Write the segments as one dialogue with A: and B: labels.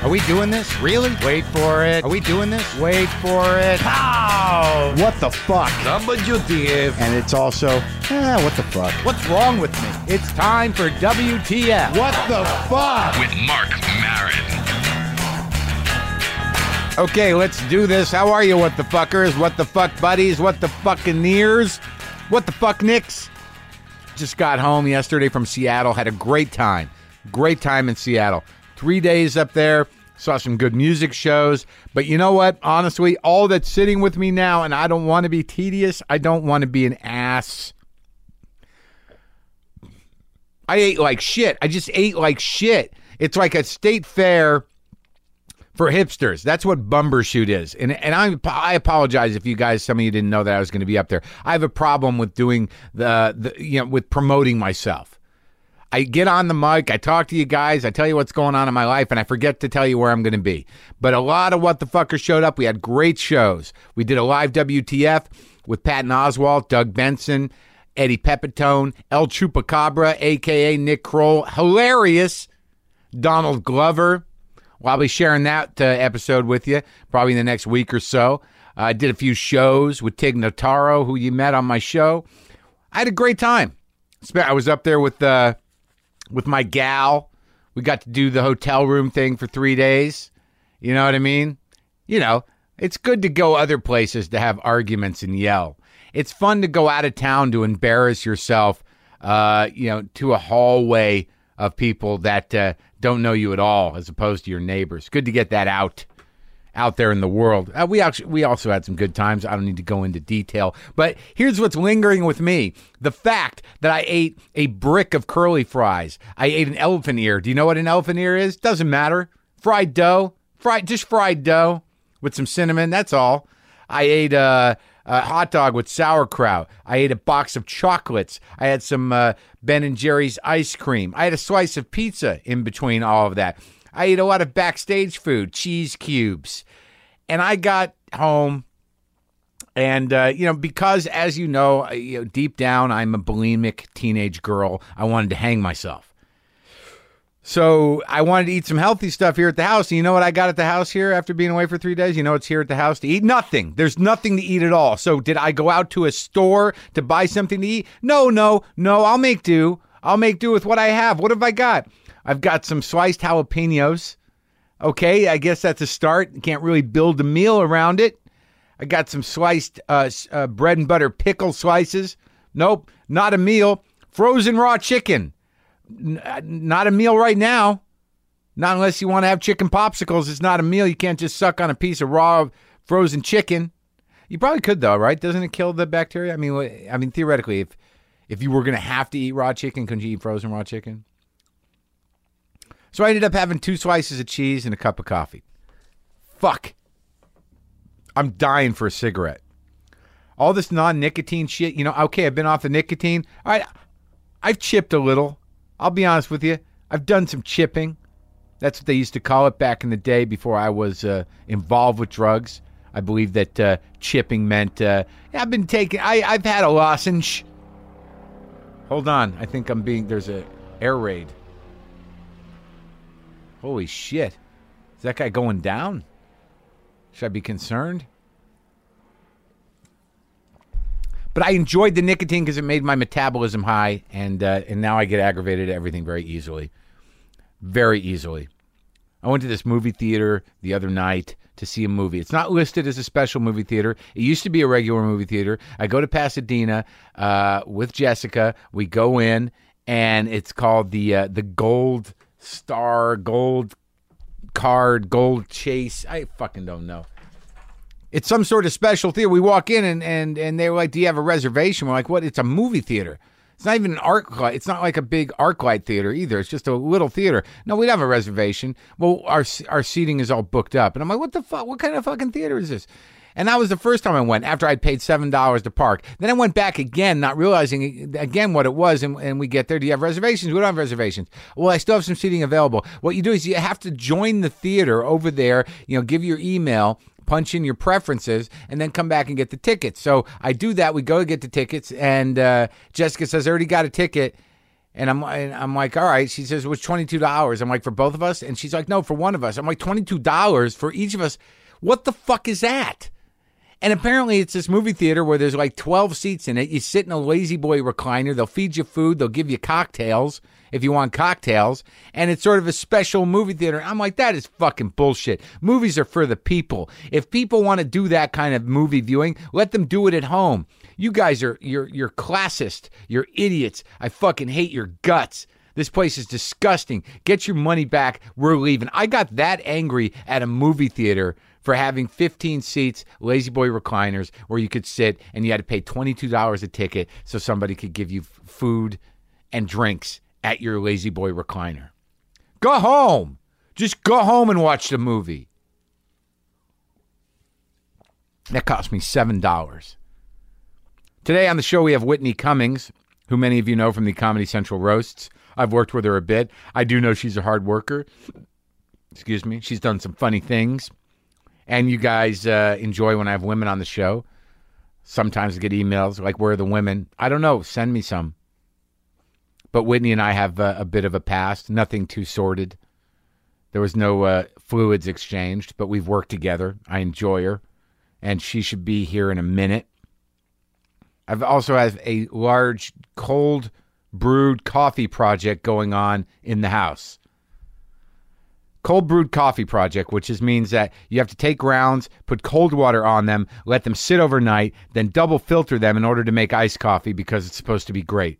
A: Are we doing this? Really? Wait for it. Are we doing this? Wait for it. Pow! What the fuck?
B: WTF.
A: And it's also, eh, what the fuck? What's wrong with me? It's time for WTF. What the fuck?
C: With Mark Marin.
A: Okay, let's do this. How are you, what the fuckers? What the fuck buddies? What the fuckineers? What the fuck nicks? Just got home yesterday from Seattle. Had a great time. Great time in Seattle. Three days up there. Saw some good music shows. But you know what? Honestly, all that's sitting with me now, and I don't want to be tedious, I don't want to be an ass. I ate like shit. I just ate like shit. It's like a state fair for hipsters. That's what bumbershoot is. And and I I apologize if you guys some of you didn't know that I was going to be up there. I have a problem with doing the, the you know with promoting myself. I get on the mic, I talk to you guys, I tell you what's going on in my life, and I forget to tell you where I'm going to be. But a lot of what the fuckers showed up. We had great shows. We did a live WTF with Patton Oswalt, Doug Benson, Eddie Pepitone, El Chupacabra, aka Nick Kroll. Hilarious. Donald Glover. Well, I'll be sharing that uh, episode with you probably in the next week or so. Uh, I did a few shows with Tig Notaro, who you met on my show. I had a great time. Spe- I was up there with uh, with my gal. We got to do the hotel room thing for three days. You know what I mean? You know, it's good to go other places to have arguments and yell. It's fun to go out of town to embarrass yourself, uh, you know, to a hallway of people that uh, don't know you at all, as opposed to your neighbors. Good to get that out out there in the world. Uh, we actually we also had some good times. I don't need to go into detail, but here's what's lingering with me: the fact that I ate a brick of curly fries. I ate an elephant ear. Do you know what an elephant ear is? Doesn't matter. Fried dough, fried just fried dough with some cinnamon. That's all. I ate a, a hot dog with sauerkraut. I ate a box of chocolates. I had some uh, Ben and Jerry's ice cream. I had a slice of pizza in between all of that. I ate a lot of backstage food, cheese cubes, and I got home. And uh, you know, because as you know, I- you know, deep down, I'm a bulimic teenage girl. I wanted to hang myself. So I wanted to eat some healthy stuff here at the house. And you know what I got at the house here after being away for three days? You know what's here at the house to eat? Nothing. There's nothing to eat at all. So did I go out to a store to buy something to eat? No, no, no. I'll make do. I'll make do with what I have. What have I got? I've got some sliced jalapenos. Okay, I guess that's a start. Can't really build a meal around it. I got some sliced uh, s- uh, bread and butter pickle slices. Nope, not a meal. Frozen raw chicken not a meal right now. Not unless you want to have chicken popsicles. It's not a meal. You can't just suck on a piece of raw frozen chicken. You probably could though, right? Doesn't it kill the bacteria? I mean, what- I mean theoretically, if if you were going to have to eat raw chicken, couldn't you eat frozen raw chicken? So I ended up having two slices of cheese and a cup of coffee. Fuck. I'm dying for a cigarette. All this non-nicotine shit, you know, okay, I've been off the nicotine. All right, I've chipped a little. I'll be honest with you. I've done some chipping. That's what they used to call it back in the day before I was uh, involved with drugs. I believe that uh, chipping meant uh, I've been taking. I, I've had a lozenge. Hold on, I think I'm being there's a air raid. Holy shit! Is that guy going down? Should I be concerned? but I enjoyed the nicotine because it made my metabolism high, and uh, and now I get aggravated at everything very easily, very easily. I went to this movie theater the other night to see a movie. It's not listed as a special movie theater. It used to be a regular movie theater. I go to Pasadena uh, with Jessica. We go in, and it's called the uh, the Gold Star, Gold Card, Gold Chase. I fucking don't know it's some sort of special theater. We walk in and and and they were like, "Do you have a reservation?" We're like, "What? It's a movie theater. It's not even an arc light. It's not like a big arc light theater either. It's just a little theater. No, we'd have a reservation. Well, our our seating is all booked up." And I'm like, "What the fuck? What kind of fucking theater is this?" And that was the first time I went after I paid seven dollars to park. Then I went back again, not realizing again what it was. And, and we get there. Do you have reservations? We don't have reservations. Well, I still have some seating available. What you do is you have to join the theater over there. You know, give your email, punch in your preferences, and then come back and get the tickets. So I do that. We go to get the tickets, and uh, Jessica says, "I already got a ticket." And I'm and I'm like, all right. She says it was twenty two dollars. I'm like, for both of us? And she's like, no, for one of us. I'm like, twenty two dollars for each of us. What the fuck is that? And apparently, it's this movie theater where there's like 12 seats in it. You sit in a lazy boy recliner. They'll feed you food. They'll give you cocktails if you want cocktails. And it's sort of a special movie theater. I'm like, that is fucking bullshit. Movies are for the people. If people want to do that kind of movie viewing, let them do it at home. You guys are you're you're classist. You're idiots. I fucking hate your guts. This place is disgusting. Get your money back. We're leaving. I got that angry at a movie theater for having 15 seats, lazy boy recliners where you could sit and you had to pay $22 a ticket so somebody could give you f- food and drinks at your lazy boy recliner. Go home. Just go home and watch the movie. That cost me $7. Today on the show, we have Whitney Cummings, who many of you know from the Comedy Central Roasts. I've worked with her a bit. I do know she's a hard worker. Excuse me. She's done some funny things. And you guys uh, enjoy when I have women on the show. Sometimes I get emails like, Where are the women? I don't know. Send me some. But Whitney and I have uh, a bit of a past, nothing too sordid. There was no uh, fluids exchanged, but we've worked together. I enjoy her, and she should be here in a minute. I've also have a large cold brewed coffee project going on in the house. Cold brewed coffee project, which is means that you have to take rounds, put cold water on them, let them sit overnight, then double filter them in order to make iced coffee because it's supposed to be great.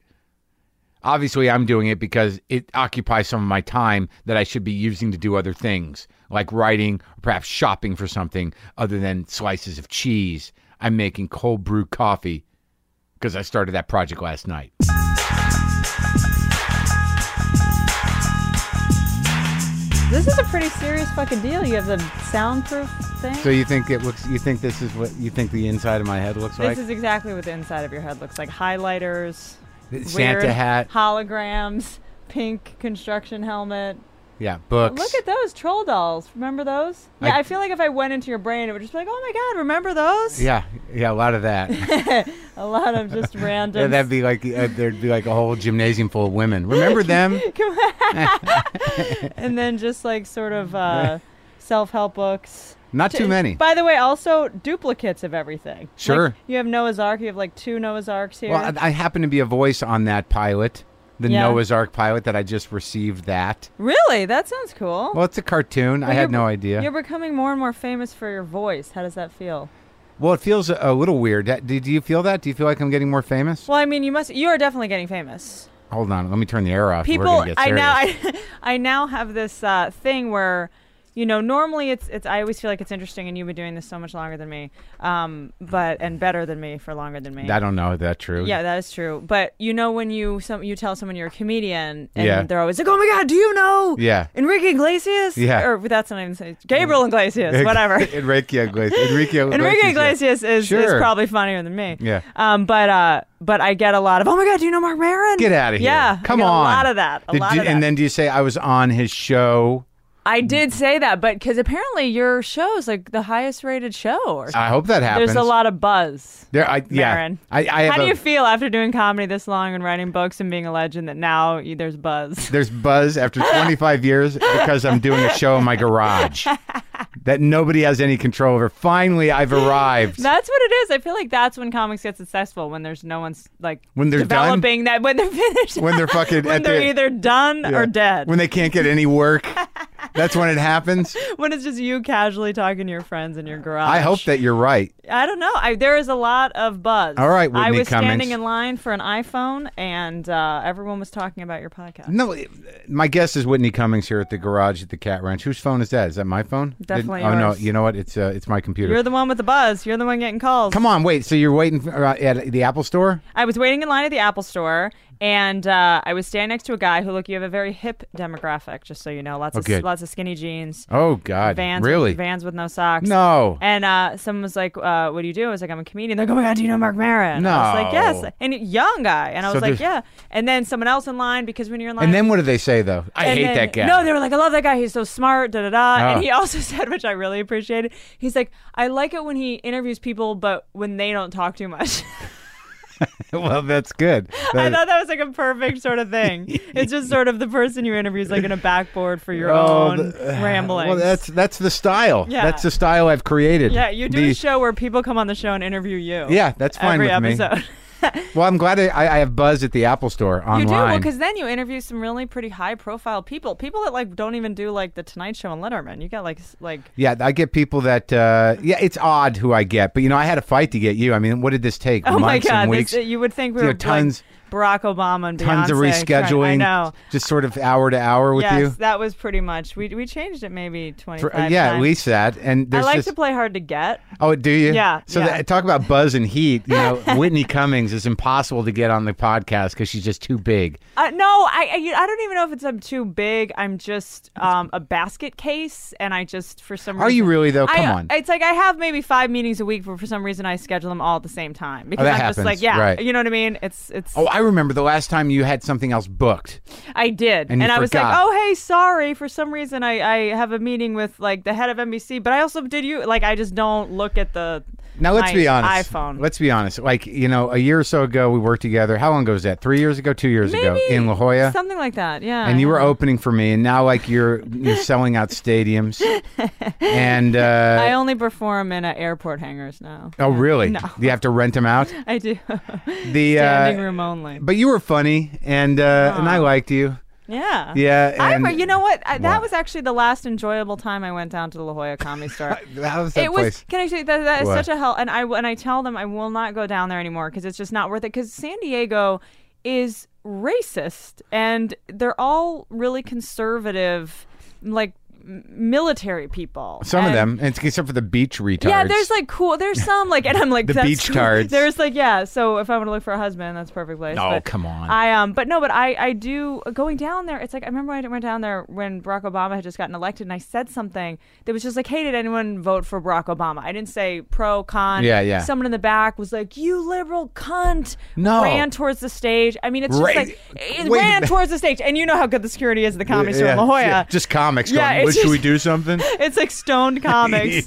A: Obviously, I'm doing it because it occupies some of my time that I should be using to do other things, like writing or perhaps shopping for something other than slices of cheese. I'm making cold brew coffee because I started that project last night.
B: This is a pretty serious fucking deal. You have the soundproof thing.
A: So you think it looks? You think this is what you think the inside of my head looks
B: this
A: like?
B: is exactly what the inside of your head looks like. Highlighters,
A: Santa
B: weird
A: hat.
B: holograms, pink construction helmet.
A: Yeah, books.
B: Look at those troll dolls. Remember those? Yeah,
A: I-
B: I, feel like if I went into your brain, it would just be like, oh my god, remember those?
A: Yeah, yeah, a lot of that.
B: A lot of just random.
A: yeah, that'd be like uh, there'd be like a whole gymnasium full of women. Remember them?
B: and then just like sort of uh, self-help books.
A: Not too many.
B: By the way, also duplicates of everything. Like,
A: Sure.
B: you have Noah's Ark. You have like two Noah's Arks here.
A: Well, I, I happen to be a voice on that pilot, the
B: Yeah.
A: Noah's Ark pilot that I just received. That
B: really? That sounds cool.
A: well, it's a cartoon. I
B: Well,
A: had
B: you're-
A: no idea.
B: You're becoming more and more famous for your voice. How does that feel?
A: Well, it feels a, a little weird. That- Do, do you feel that? Do you feel like I'm getting more famous?
B: Well, I mean, you must. You are definitely getting famous.
A: Hold on, let me turn the air off. We're
B: People,
A: gonna get
B: I now,
A: serious.
B: I, I now have this uh, thing where, you know, normally it's it's. I always feel like it's interesting, and you've been doing this so much longer than me, um, but and better than me for longer than me.
A: I don't know. Is that true?
B: yeah, that is true. But you know when you some you tell someone you're a comedian, and
A: Yeah.
B: they're always like, "Oh my God, do you know?"
A: Yeah.
B: Enrique Iglesias.
A: Yeah.
B: Or that's not even saying Gabriel Iglesias. Whatever.
A: Enrique Iglesias. Enrique Iglesias.
B: Enrique
A: yeah.
B: Iglesias is, is
A: Sure.
B: probably funnier than me.
A: Yeah.
B: Um, but uh, but I get a lot of oh my god, do you know Mark Maron?
A: Get out of here.
B: Yeah. I
A: Come
B: get
A: on.
B: A lot of that. A
A: Did
B: lot
A: you-
B: of that.
A: And then do you say I was on his show?
B: I did say that, but because apparently your show's like the highest rated show. Or
A: I hope that happens.
B: there's a lot of buzz.
A: There, I, yeah.
B: Marin.
A: I, I have
B: How do
A: a-
B: you feel after doing comedy this long and writing books and being a legend that now you- there's buzz?
A: there's buzz after 25 years because I'm doing a show in my garage that nobody has any control over. Finally, I've arrived.
B: That's what it is. I feel like that's when comics get successful when there's no one's like
A: When they're done?
B: developing that when they're finished
A: When they're fucking
B: when
A: at
B: they're
A: the-
B: either done
A: Yeah.
B: or dead
A: When they can't get any work. That's when it happens.
B: when it's just you casually talking to your friends in your garage.
A: I hope that you're right.
B: I don't know. I, there is a lot of buzz.
A: All right, Whitney
B: I was
A: Cummings.
B: standing in line for an iPhone, and uh, everyone was talking about your podcast.
A: No, it- my guess is Whitney Cummings here at the garage at the Cat Ranch. Whose phone is that? Is that my phone? Did-
B: Definitely
A: Oh no,
B: yours.
A: you know what? It's uh, it's my computer.
B: You're the one with the buzz. You're the one getting calls.
A: Come on, wait. So you're waiting for, uh, at the Apple Store?
B: I was waiting in line at the Apple Store, and uh, I was standing next to a guy who, look, you have a very hip demographic, just so you know. Lots
A: Oh, good.
B: of lots of skinny jeans.
A: Oh God,
B: Vans,
A: really?
B: Vans with no socks.
A: No.
B: And uh, someone was like, uh, "What do you do?" I was like, "I'm a comedian." They're like, "Oh my god, do you know Mark Maron?" I was like,
A: No.
B: "Yes," and young guy, and I
A: So
B: was like,
A: there's-
B: "Yeah." And then someone else in line because when you're in line,
A: And then what do they say though? I
B: and
A: hate
B: then-
A: that guy.
B: No, they were like, "I love that guy. He's so smart." Da da da.
A: Oh.
B: And he also said, which I really appreciated. He's like, "I like it when he interviews people, but when they don't talk too much."
A: well, that's good.
B: I
A: That-
B: thought that was like a perfect sort of thing. it's just sort of the person you interview is like in a backboard for your
A: Oh,
B: own
A: the-
B: ramblings.
A: Well, that's that's the style.
B: Yeah.
A: That's the style I've created.
B: yeah, you do
A: The-
B: a show where people come on the show and interview you.
A: Yeah, that's fine
B: every
A: with me.
B: episode.
A: Well, I'm glad I, I have buzz at the Apple Store online.
B: you do well because then you interview some really pretty high profile people, people that like don't even do like the Tonight Show and Letterman. You got like s- like
A: yeah, I get people that. Uh, yeah, it's odd who I get, but you know, I had a fight to get you. I mean, what did this take?
B: oh
A: Months
B: my god,
A: and weeks,
B: this, you would think we
A: You know,
B: were
A: tons-
B: like, Barack Obama and
A: tons of
B: Beyonce
A: rescheduling.
B: trying- I know.
A: Just sort of hour to hour with
B: yes,
A: you.
B: that was pretty much. We we changed it maybe twenty
A: For- uh,
B: five. times.
A: yeah, at least that. And
B: I
A: there's
B: like
A: just,
B: to play hard to get.
A: Oh, do you?
B: Yeah,
A: So
B: yeah.
A: That, talk about buzz and heat. You know, Whitney Cummings is impossible to get on the podcast because she's just too big.
B: Uh, no, I, I you- I don't even know if it's I'm too big. I'm just um, a basket case, and I just for some reason
A: Are you really though? Come
B: I, uh,
A: on.
B: It's like I have maybe five meetings a week, but for some reason I schedule them all at the same time because
A: Oh, that
B: I'm
A: happens,
B: just like, yeah,
A: right.
B: you know what I mean. It's it's
A: oh, I remember the last time you had something else booked.
B: I did,
A: and you
B: I was like,
A: forgot.
B: oh hey, sorry. For some reason I I have a meeting with like the head of NBC, but I also did you like I just don't look at the
A: Now let's
B: my
A: be honest.
B: iPhone.
A: Let's be honest. Like you know, a year or so ago, we worked together. How long ago was that? Three years ago, two years ago,
B: Maybe
A: in La Jolla,
B: something like that. Yeah,
A: Oh, and you were opening for me. And now, like you're you're selling out stadiums. and
B: I
A: uh,
B: only perform in uh, airport hangars now.
A: oh, really?
B: No.
A: You have to rent them out.
B: I do
A: The uh,
B: standing room only.
A: but you were funny, and uh, and I liked you.
B: Yeah.
A: Yeah,
B: I
A: and
B: remember, you know what? I,
A: What?
B: that was actually the last enjoyable time I went down to the La Jolla Comedy Store.
A: How was that
B: it was.
A: place?
B: Can I say that, that is
A: What?
B: such a hell? And I and I tell them I will not go down there anymore because it's just not worth it. Because San Diego is racist and they're all really conservative, like m- military people.
A: Some of
B: And-
A: them, and except for the beach retards.
B: yeah, there's like cool. There's some like, and I'm like
A: The
B: that's
A: beach
B: cool.
A: tards.
B: There's like yeah. So if I want to look for a husband, that's a perfect place.
A: Oh,
B: but
A: come on.
B: I um, but no, but I I do going down there. It's like I remember when I went down there when Barack Obama had just gotten elected, and I said something that was just like, hey, did anyone vote for Barack Obama? I didn't say pro con.
A: Yeah, yeah.
B: Someone in the back was like, you liberal cunt.
A: No.
B: Ran towards the stage. I mean, it's just
A: Right-
B: like it
A: wait a
B: ran
A: minute.
B: towards the stage, and you know how good the security is at the comedy store in La Jolla.
A: just comics.
B: Oh, Yeah,
A: going,
B: it's
A: "Well, should
B: just-
A: we do something?
B: it's like stoned comics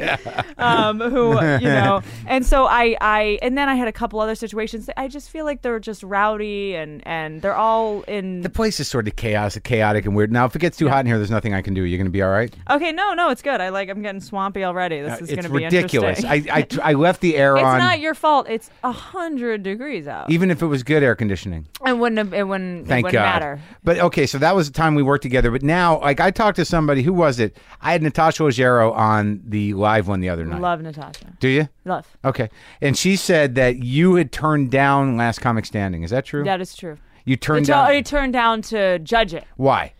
B: um, who you know and so I, I and then i had a couple other situations that i just feel like they're just rowdy and and they're all in
A: The place is sort of chaos, chaotic and weird. Now, if it gets too hot in here, there's nothing I can do. You're going to be all right.
B: okay no no it's good i like i'm getting swampy already this is
A: Uh,
B: going
A: it's
B: to be
A: ridiculous.
B: interesting.
A: I, I I left the air
B: it's
A: on,
B: not your fault it's a hundred degrees out
A: even if it was good air conditioning.
B: it wouldn't have, it wouldn't
A: E Thank
B: it wouldn't
A: God.
B: matter
A: But okay, so that was the time we worked together. But now, like I talked to somebody who was it? I had Natasha Leggero on the live one the other night.
B: love natasha
A: Do you?
B: love
A: Okay, and she said that you had turned down Last Comic Standing. Is that true?
B: that is true
A: You turned
B: It's
A: down.
B: all- I turned down to judge it.
A: Why?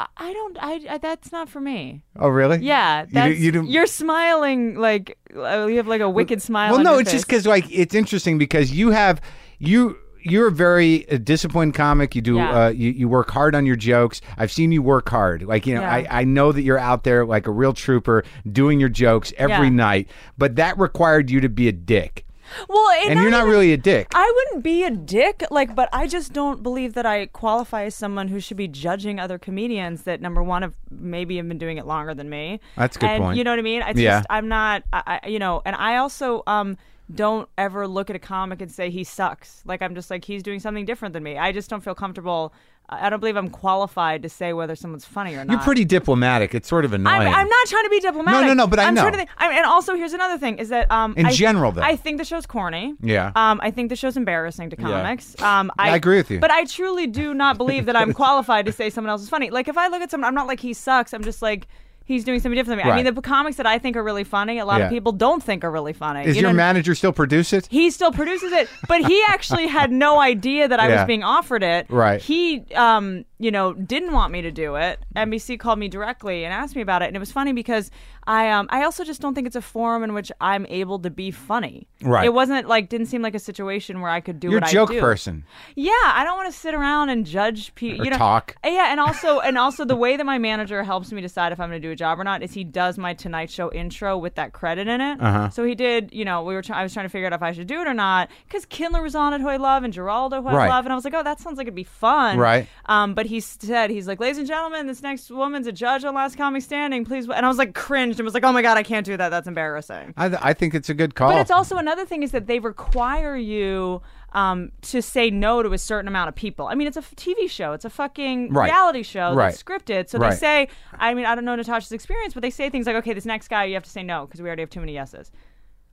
B: I- I don't. I, I. That's not for me.
A: Oh, really?
B: Yeah. That's,
A: you
B: you
A: didn't-
B: are smiling like uh, you have like a wicked smile.
A: Well,
B: on
A: no,
B: your
A: it's just
B: face.
A: because like it's interesting because you have you you're a very uh, disciplined comic. You do
B: Yeah.
A: uh, you you work hard on your jokes. I've seen you work hard. Like you know,
B: Yeah.
A: I I know that you're out there like a real trooper doing your jokes every
B: Yeah.
A: night. But that required you to be a dick,
B: well,
A: and you're not
B: even-
A: really a dick.
B: I wouldn't be a dick, like, but I just don't believe that I qualify as someone who should be judging other comedians that number one have maybe have been doing it longer than me.
A: That's a good
B: and,
A: point.
B: You know what I mean? It's
A: Yeah.
B: just I'm not, I, I, you know, and I also um don't ever look at a comic and say he sucks. Like I'm just like he's doing something different than me. I just don't feel comfortable. I I don't believe I'm qualified to say whether someone's funny or not.
A: you're pretty diplomatic. It's sort of annoying.
B: I'm, I'm not trying to be diplomatic.
A: No, no, no, but I
B: am
A: know.
B: Trying to think, I'm, and also, here's another thing: is that um,
A: In
B: I-
A: general, though.
B: I think the show's corny.
A: Yeah.
B: Um, I think the show's embarrassing to comics. Um, I,
A: I agree with you.
B: But I truly do not believe that I'm qualified to say someone else is funny. Like if I look at someone, I'm not like he sucks. I'm just like. He's doing something different than me. I
A: Right.
B: mean, the comics that I think are really funny, a lot
A: Yeah.
B: of people don't think are really funny.
A: Is
B: You
A: your
B: know-
A: manager still produce it?
B: he still produces it, but he actually had no idea that I
A: Yeah.
B: was being offered it.
A: Right.
B: He, um, you know, didn't want me to do it. NBC called me directly and asked me about it, and it was funny because I, um, I also just don't think it's a forum in which I'm able to be funny.
A: Right.
B: It wasn't like didn't seem like a situation where I could do
A: You're
B: what
A: a joke
B: I do.
A: person.
B: Yeah, I don't want to sit around and judge people.
A: Or
B: You know, Uh,
A: talk.
B: Yeah, and also, and also, the way that my manager helps me decide if I'm going to do a job or not is he does my Tonight Show intro with that credit in it.
A: Uh-huh.
B: So he did. You know, we were. Try- I was trying to figure out if I should do it or not because Kindler was on it, who I love, and Geraldo, who
A: Right.
B: I love, and I was like, oh, that sounds like it'd be fun.
A: Right.
B: Um, but he said he's like, ladies and gentlemen, this next woman's a judge on Last Comic Standing, please. w-" And I was like, cringed and was like, oh my god, I can't do that. That's embarrassing.
A: I, I think it's a good call.
B: But it's also another thing is that they require you. um, to say no to a certain amount of people. I mean, it's a f- TV show. It's a fucking
A: Right.
B: reality show that's
A: Right.
B: scripted. So
A: Right.
B: they say, I mean, I don't know Natasha's experience, but they say things like, okay, this next guy, you have to say no because we already have too many yeses.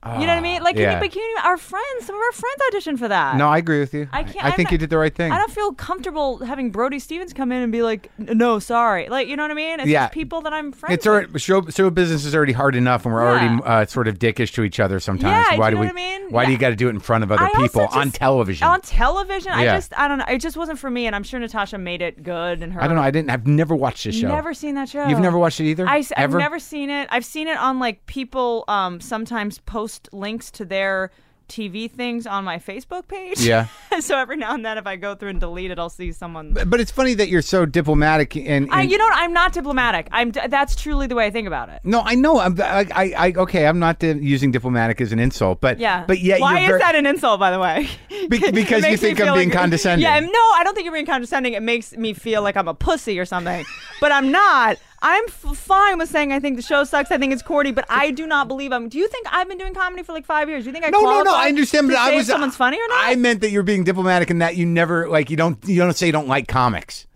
B: you know what I mean? Like, can
A: Ah, yeah.
B: you, but can you, our friends, some of our friends auditioned for that.
A: No, I agree with you.
B: I can't-
A: I
B: I'm
A: think
B: not-
A: you did the right thing.
B: I don't feel comfortable having Brody Stevens come in and be like, "N- no, sorry. Like, you know what I mean? It's
A: Yeah.
B: just people that I'm friends
A: It's
B: with.
A: already show, show business is already hard enough, and we're
B: Yeah.
A: already uh, sort of dickish to each other sometimes.
B: Yeah,
A: why
B: do
A: do
B: you
A: we?
B: know what I mean?
A: Why do
B: Yeah.
A: you got to do it in front of other
B: I also
A: people on
B: just-
A: television?
B: On television, I
A: Yeah.
B: just I don't know. It just wasn't for me, and I'm sure Natasha made it good. And her,
A: I don't know. I didn't. I've never watched this show.
B: never seen that show.
A: You've never watched it either.
B: I, have
A: Ever?
B: never seen it. I've seen it on like people um, sometimes post links to their TV things on my Facebook page.
A: Yeah.
B: so every now and then, if I go through and delete it, I'll see someone.
A: But it's funny that you're so diplomatic and.
B: I,
A: and-
B: you know, what? I'm not diplomatic. I'm. d- That's truly the way I think about it.
A: no, I know. I'm, I, I, I, okay, I'm not di- using diplomatic as an insult, but
B: Yeah.
A: but yet
B: why
A: you're
B: is
A: very-
B: that an insult, by the way?
A: Be-
B: It
A: because you
B: makes me
A: think I'm
B: feel
A: being condescending.
B: Yeah, I'm- no, I don't think you're being condescending. It makes me feel like I'm a pussy or something, but I'm not. I'm f- fine with saying I think the show sucks. I think it's corny, but I do not believe I'm. Do you think I've been doing comedy for like five years? Do you think I
A: No, no, no.
B: qualify
A: I understand,
B: to
A: but I
B: say if
A: was uh,
B: someone's funny or not.
A: I meant that you're being diplomatic and that you never like you don't you don't say you don't like comics.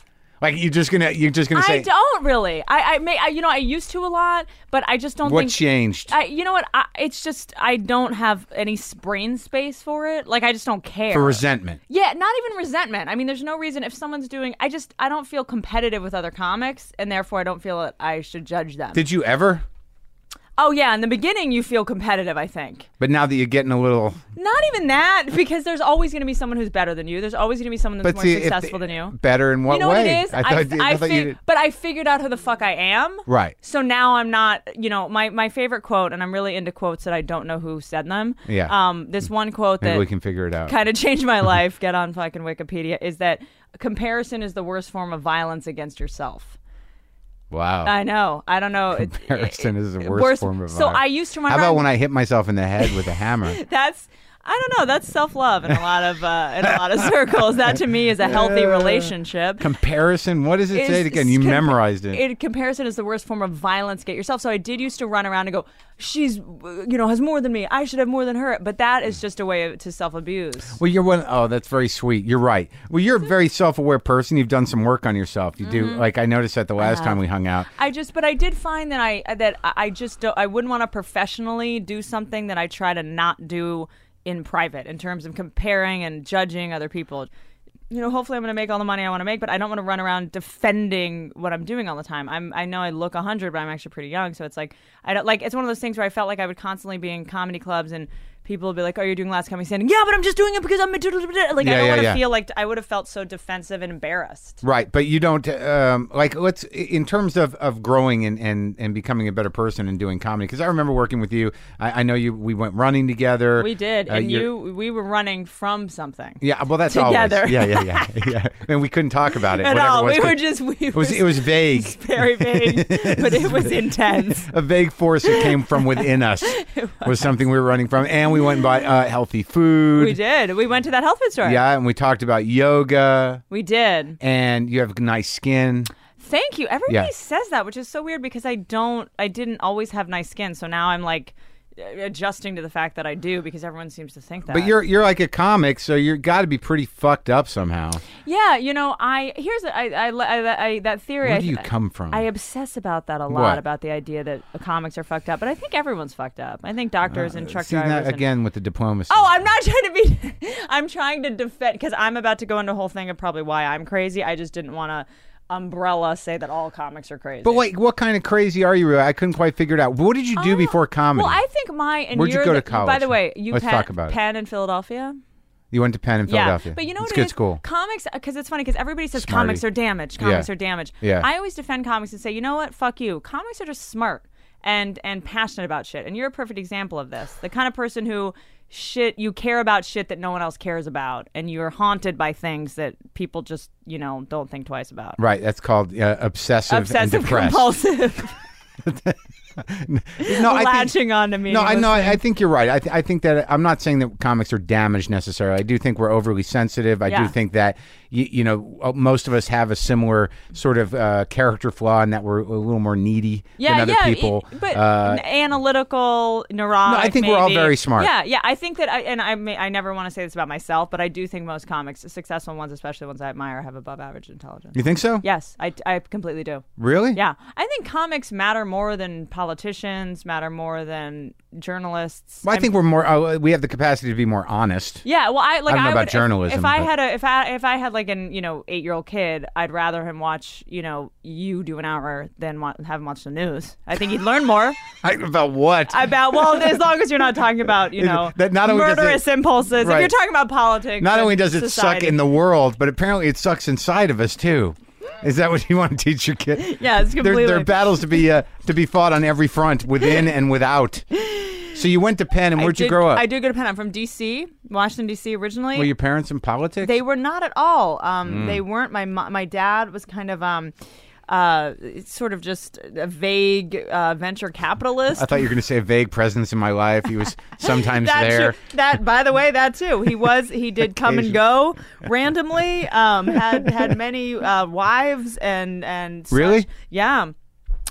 A: Like you're just gonna you're just gonna
B: I
A: say
B: don't really. I, I may. I, you know, I used to a lot, but I just don't
A: what
B: think.
A: changed.
B: I, you know what? I, it's just I don't have any s- brain space for it. Like I just don't care.
A: for resentment.
B: Yeah, not even resentment. I mean, there's no reason if someone's doing. I just I don't feel competitive with other comics, and therefore I don't feel that I should judge them.
A: Did you ever?
B: oh yeah, in the beginning you feel competitive. I think
A: But now that you're getting a little,
B: not even that because there's always going to be someone who's better than you. There's always going to be someone that's
A: but
B: more
A: see, if-
B: successful than you.
A: Better in what
B: You know
A: way?
B: what it is?
A: I thought, I, thought
B: fig-
A: you did.
B: but I figured out who the fuck I am.
A: Right.
B: So now I'm not. You know, my my favorite quote, and I'm really into quotes that I don't know who said them.
A: Yeah.
B: Um. This one quote
A: Maybe
B: that
A: we can figure it out.
B: kind of changed my life. Get on fucking Wikipedia. Is that comparison is the worst form of violence against yourself?
A: Wow.
B: I know. I don't know. It-
A: Comparison is the worst,
B: worst-
A: form of
B: so
A: violence.
B: I used to
A: How
B: remember-
A: about when I hit myself in the head with a hammer?
B: That's I don't know. That's self love in a lot of uh, in a lot of circles. That to me is a healthy relationship.
A: Comparison. What does it say
B: is-
A: again? You
B: com-
A: memorized it.
B: In comparison, is the worst form of violence. Get yourself. So I did used to run around and go, "She's, uh, you know, has more than me. I should have more than her." But that
A: Mm.
B: is just a way of, to self abuse.
A: Well, you're one oh that's very sweet. You're right. Well, you're a very self-aware person. You've done some work on yourself. You
B: Mm-hmm.
A: do. Like I noticed that the last time we hung out.
B: I just, but I did find that I that I I just don't, I wouldn't want to professionally do something that I try to not do in private in terms of comparing and judging other people. You know, hopefully I'm going to make all the money I want to make, but I don't want to run around defending what I'm doing all the time. I'm I know I look 100, but I'm actually pretty young, so it's like I don't like it's one of those things where I felt like I would constantly be in comedy clubs and people would be like, "Oh, you're doing last comedy standing." Yeah, but I'm just doing it because I'm a like
A: Yeah,
B: I don't
A: yeah,
B: want to
A: yeah.
B: feel like I would have felt so defensive and embarrassed.
A: Right, but you don't um, like let's in terms of, of growing and, and, and becoming a better person and doing comedy. Because I remember working with you. I, I know you. We went running together.
B: We did,
A: Uh,
B: and
A: you're-
B: you we were running from something.
A: Yeah, well, that's
B: Together.
A: always. Yeah, yeah, yeah, yeah. And we couldn't talk about it.
B: At
A: whatever
B: all,
A: it was,
B: we were
A: 'cause
B: just we
A: It was. It was vague.
B: very vague, but it was intense.
A: a vague force that came from within us was. something we were running from, and we went and bought uh, healthy food.
B: We did. We went to that health food store.
A: Yeah, and we talked about yoga,
B: we did.
A: and you have nice skin.
B: Thank you. Everybody
A: Yeah.
B: says that, which is so weird because I don't. I didn't always have nice skin, so now I'm like adjusting to the fact that I do because everyone seems to think that.
A: But you're you're like a comic, so you're got to be pretty fucked up somehow.
B: Yeah, you know, I here's a- I I, I, I that theory.
A: Where
B: I
A: do
B: th-
A: you come from?
B: I obsess about that a lot
A: What?
B: about the idea that comics are fucked up, but I think everyone's fucked up. I think doctors and truck
A: Uh, See
B: drivers
A: that
B: and-
A: again with the diplomacy.
B: Oh, I'm not trying to be. I'm trying to defend because I'm about to go into a whole thing of probably why I'm crazy. I just didn't want to umbrella say that all comics are crazy.
A: but wait, what kind of crazy are you? really? I couldn't quite figure it out. What did you do before comedy?
B: Oh, Well, I think my and
A: Where'd you
B: you're
A: go
B: the-
A: to college?
B: By the way, you
A: Let's
B: Penn,
A: talk about it.
B: Penn in Philadelphia.
A: you went to Penn in Philadelphia.
B: Yeah, but you know
A: it's
B: what
A: good
B: it is?
A: school.
B: Comics, because it's funny because everybody says
A: Smarty.
B: comics are damaged. Comics
A: Yeah.
B: are damaged.
A: Yeah.
B: I always defend comics and say, you know what? Fuck you. Comics are just smart and and passionate about shit, and you're a perfect example of this. The kind of person who shit you care about shit that no one else cares about, and you're haunted by things that people just you know don't think twice about.
A: Right, that's called uh, obsessive, and
B: Obsessive
A: depressed.
B: compulsive.
A: no, I think,
B: latching onto me.
A: no, I
B: was-
A: know. I I think you're right. I, th- I think that I'm not saying that comics are damaged necessarily. I do think we're overly sensitive. I
B: Yeah.
A: do think that you, you know uh, most of us have a similar sort of uh, character flaw, and that we're a little more needy
B: Yeah,
A: than other
B: yeah, it-
A: people.
B: but
A: Uh,
B: n- analytical, neurotic.
A: No, I think we're all
B: maybe.
A: very smart.
B: Yeah, yeah. I think that, I, and I, may, I never want to say this about myself, but I do think most comics, successful ones, especially the ones I admire, have above average intelligence.
A: you think so?
B: Yes, I, I completely do.
A: Really?
B: Yeah, I think comics matter more than politicians, matter more than journalists.
A: Well, I
B: I'm-
A: think we're more. Uh, we have the capacity to be more honest.
B: Yeah, well, I like
A: I don't know about
B: would, if-
A: journalism,
B: If, I
A: but-
B: had a if I if I had like an you know eight year old kid, I'd rather him watch you know you do an hour than wa- have him watch the news. I think he'd learn more
A: I, about what?
B: about well, as long as you're not talking about you know
A: That not only does
B: murderous
A: it-
B: impulses.
A: Right.
B: If you're talking about politics,
A: Not
B: and
A: only does it
B: society.
A: suck in the world, but apparently it sucks inside of us too. Is that what you want to teach your kid?
B: yeah, it's
A: there,
B: completely
A: there are battles to be uh, to be fought on every front, within and without. So you went to Penn, and
B: I
A: where'd you
B: did-
A: grow up?
B: I did go to Penn. I'm from D.C., Washington D.C. originally.
A: Were Mm. your parents in politics?
B: They were not at all. Um, They weren't. My mo- my dad was kind of um, uh, sort of just a vague uh, venture capitalist.
A: I thought you were going to say a vague presence in my life. He was sometimes
B: that,
A: there.
B: too- that by the way, that too. He was he did come and go randomly. Um, had had many uh, wives and and such.
A: Really?
B: yeah,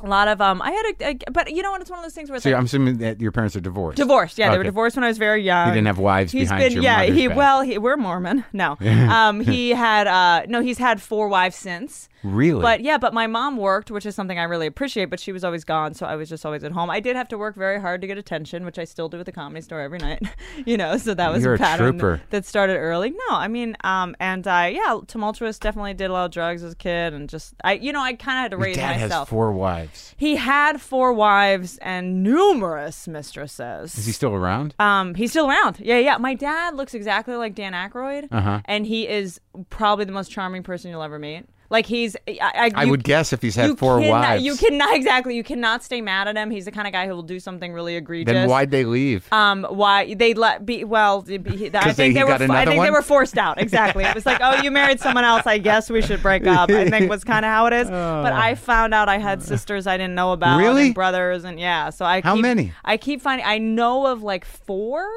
B: a lot of um. I had a, a- but you know what? It's one of those things where it's
A: So
B: like,
A: I'm assuming that your parents are divorced.
B: Divorced. Yeah, they were
A: Okay.
B: divorced when I was very young.
A: You didn't have wives
B: He's
A: behind
B: been
A: your
B: yeah.
A: mother's
B: He
A: back.
B: well, he, we're Mormon. No, um, he had uh, no. He's had four wives since.
A: Really?
B: But yeah, but my mom worked, which is something I really appreciate. But she was always gone, so I was just always at home. I did have to work very hard to get attention, which I still do at the comedy store every night. you know, so that was
A: You're a
B: pattern
A: trooper.
B: that started early. No, I mean, um, and I yeah, tumultuous. Definitely did a lot of drugs as a kid, and just I, you know, I kind of had to
A: Your
B: raise
A: dad has
B: myself.
A: four wives.
B: he had four wives and numerous mistresses.
A: Is he still around?
B: Um, he's still around. Yeah, yeah. My dad looks exactly like Dan Aykroyd,
A: Uh-huh.
B: and he is probably the most charming person you'll ever meet. Like he's, I, I,
A: I
B: you-
A: would guess if he's had
B: you
A: four
B: cannot,
A: wives.
B: You cannot exactly. You cannot stay mad at him. He's the kind of guy who will do something really egregious.
A: then why'd they leave?
B: Um, why they let be? Well, be, he- I
A: they-
B: think they,
A: he
B: were.
A: got
B: I
A: another
B: think
A: one?
B: they were forced out. Exactly. it was like, oh, you married someone else. I guess we should break up. I think was kind of how it is. But I found out I had sisters I didn't know about.
A: Oh. Really?
B: And brothers and yeah. So I
A: How
B: keep-
A: many?
B: I keep finding. I know of like four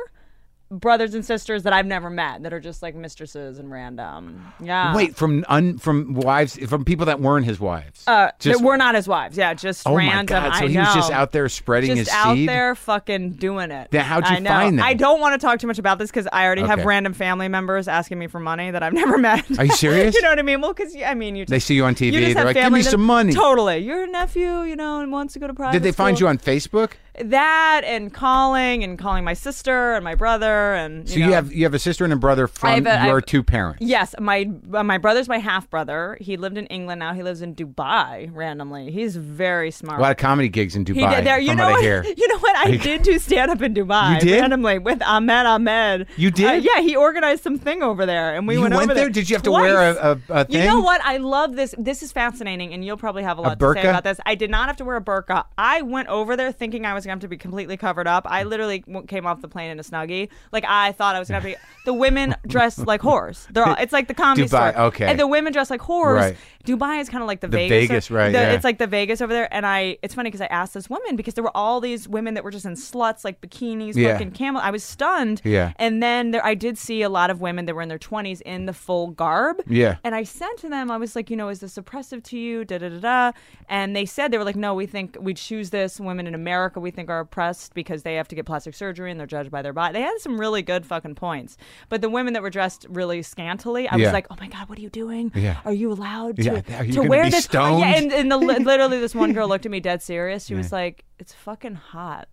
B: brothers and sisters that I've never met that are just like mistresses and random. Yeah.
A: Wait, from un, from wives from people that weren't his wives.
B: Uh,
A: Just-
B: that were not his wives. Yeah, just
A: oh my
B: random.
A: god! So
B: I
A: he was just
B: know.
A: out there spreading
B: just
A: his
B: out
A: seed.
B: there fucking doing it.
A: Then how'd you
B: I know.
A: find them?
B: I don't want to talk too much about this because I already have
A: Okay.
B: random family members asking me for money that I've never met.
A: Are you serious?
B: you know what I mean? Well, because I mean, you just,
A: They see you on TV.
B: you just
A: They're
B: have
A: like, "Give
B: family
A: me
B: that-
A: some money."
B: Totally. Your nephew, you know, and wants to go to private.
A: Did they find you on Facebook?
B: on that and calling and calling my sister and my brother and
A: So you,
B: know.
A: have you have a sister and a brother
B: I
A: from
B: have a- I
A: your
B: have-
A: two parents.
B: Yes, my uh, my brother's my half brother. He lived in England. Now he lives in Dubai. Randomly, he's very smart.
A: A lot of comedy gigs in Dubai.
B: He did there. You
A: from
B: know
A: what,
B: what?
A: I hear.
B: You know what? I did do stand up in Dubai
A: You did?
B: randomly with Ahmed Ahmed.
A: You did?
B: Uh, yeah, he organized some thing over there, and we
A: You
B: went,
A: went
B: over there.
A: there? Did you have to wear
B: twice.
A: a- a- a
B: You know
A: thing?
B: what? I love this. This is fascinating, and you'll probably have a lot to
A: burqa?
B: say about this. I did not have to wear a burqa. I went over there thinking I was going to have to be completely covered up. I literally w- came off the plane in a snuggie. Like I thought I was going to be. The women dressed like whores. They're all, it's like the comedy
A: Dubai,
B: store.
A: okay.
B: And the women dressed like whores.
A: Right.
B: Dubai is kind of like the,
A: The
B: Vegas,
A: Vegas, right,
B: the-
A: yeah.
B: It's like the Vegas over there, and I. It's funny because I asked this woman because there were all these women that were just in sluts, like bikinis,
A: Yeah.
B: fucking camel. I was stunned.
A: Yeah.
B: And then there, I did see a lot of women that were in their twenties in the full garb.
A: Yeah.
B: And I said to them, I was like, you know, is this oppressive to you? Da da da da. And they said they were like, no, we think we choose this. Women in America, we think are oppressed because they have to get plastic surgery and they're judged by their body. They had some really good fucking points, but the women that were dressed really scantily, I
A: Yeah.
B: was like, oh my god, what are you doing?
A: Yeah.
B: Are you allowed to,
A: Yeah, are you
B: to
A: gonna
B: wear
A: be
B: this?
A: stoned?
B: Yeah. And, and the, li- literally, this one girl looked at me dead serious. She was like, it's fucking hot.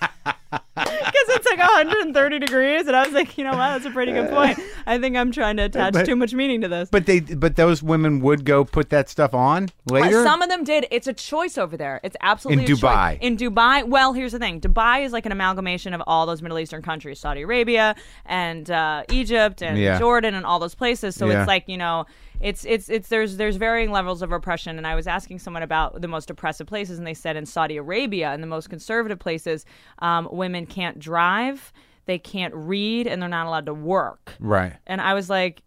B: Because it's like 130 degrees, and I was like, you know what? That's a pretty good point. I think I'm trying to attach
A: But-
B: too much meaning to this.
A: But they but those women would go put that stuff on later.
B: Some of them did. It's a choice over there. It's absolutely
A: In
B: a choice.
A: Dubai.
B: In Dubai, well, here's the thing: Dubai is like an amalgamation of all those Middle Eastern countries, Saudi Arabia and uh, Egypt and
A: Yeah.
B: Jordan and all those places. So
A: Yeah.
B: it's like you know, it's it's it's there's there's varying levels of oppression. And I was asking someone about the most oppressive places, and they said in Saudi Arabia and the most conservative places, um, women can't drive, they can't read, and they're not allowed to work.
A: right.
B: And I was like,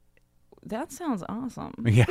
B: that sounds awesome.
A: Yeah.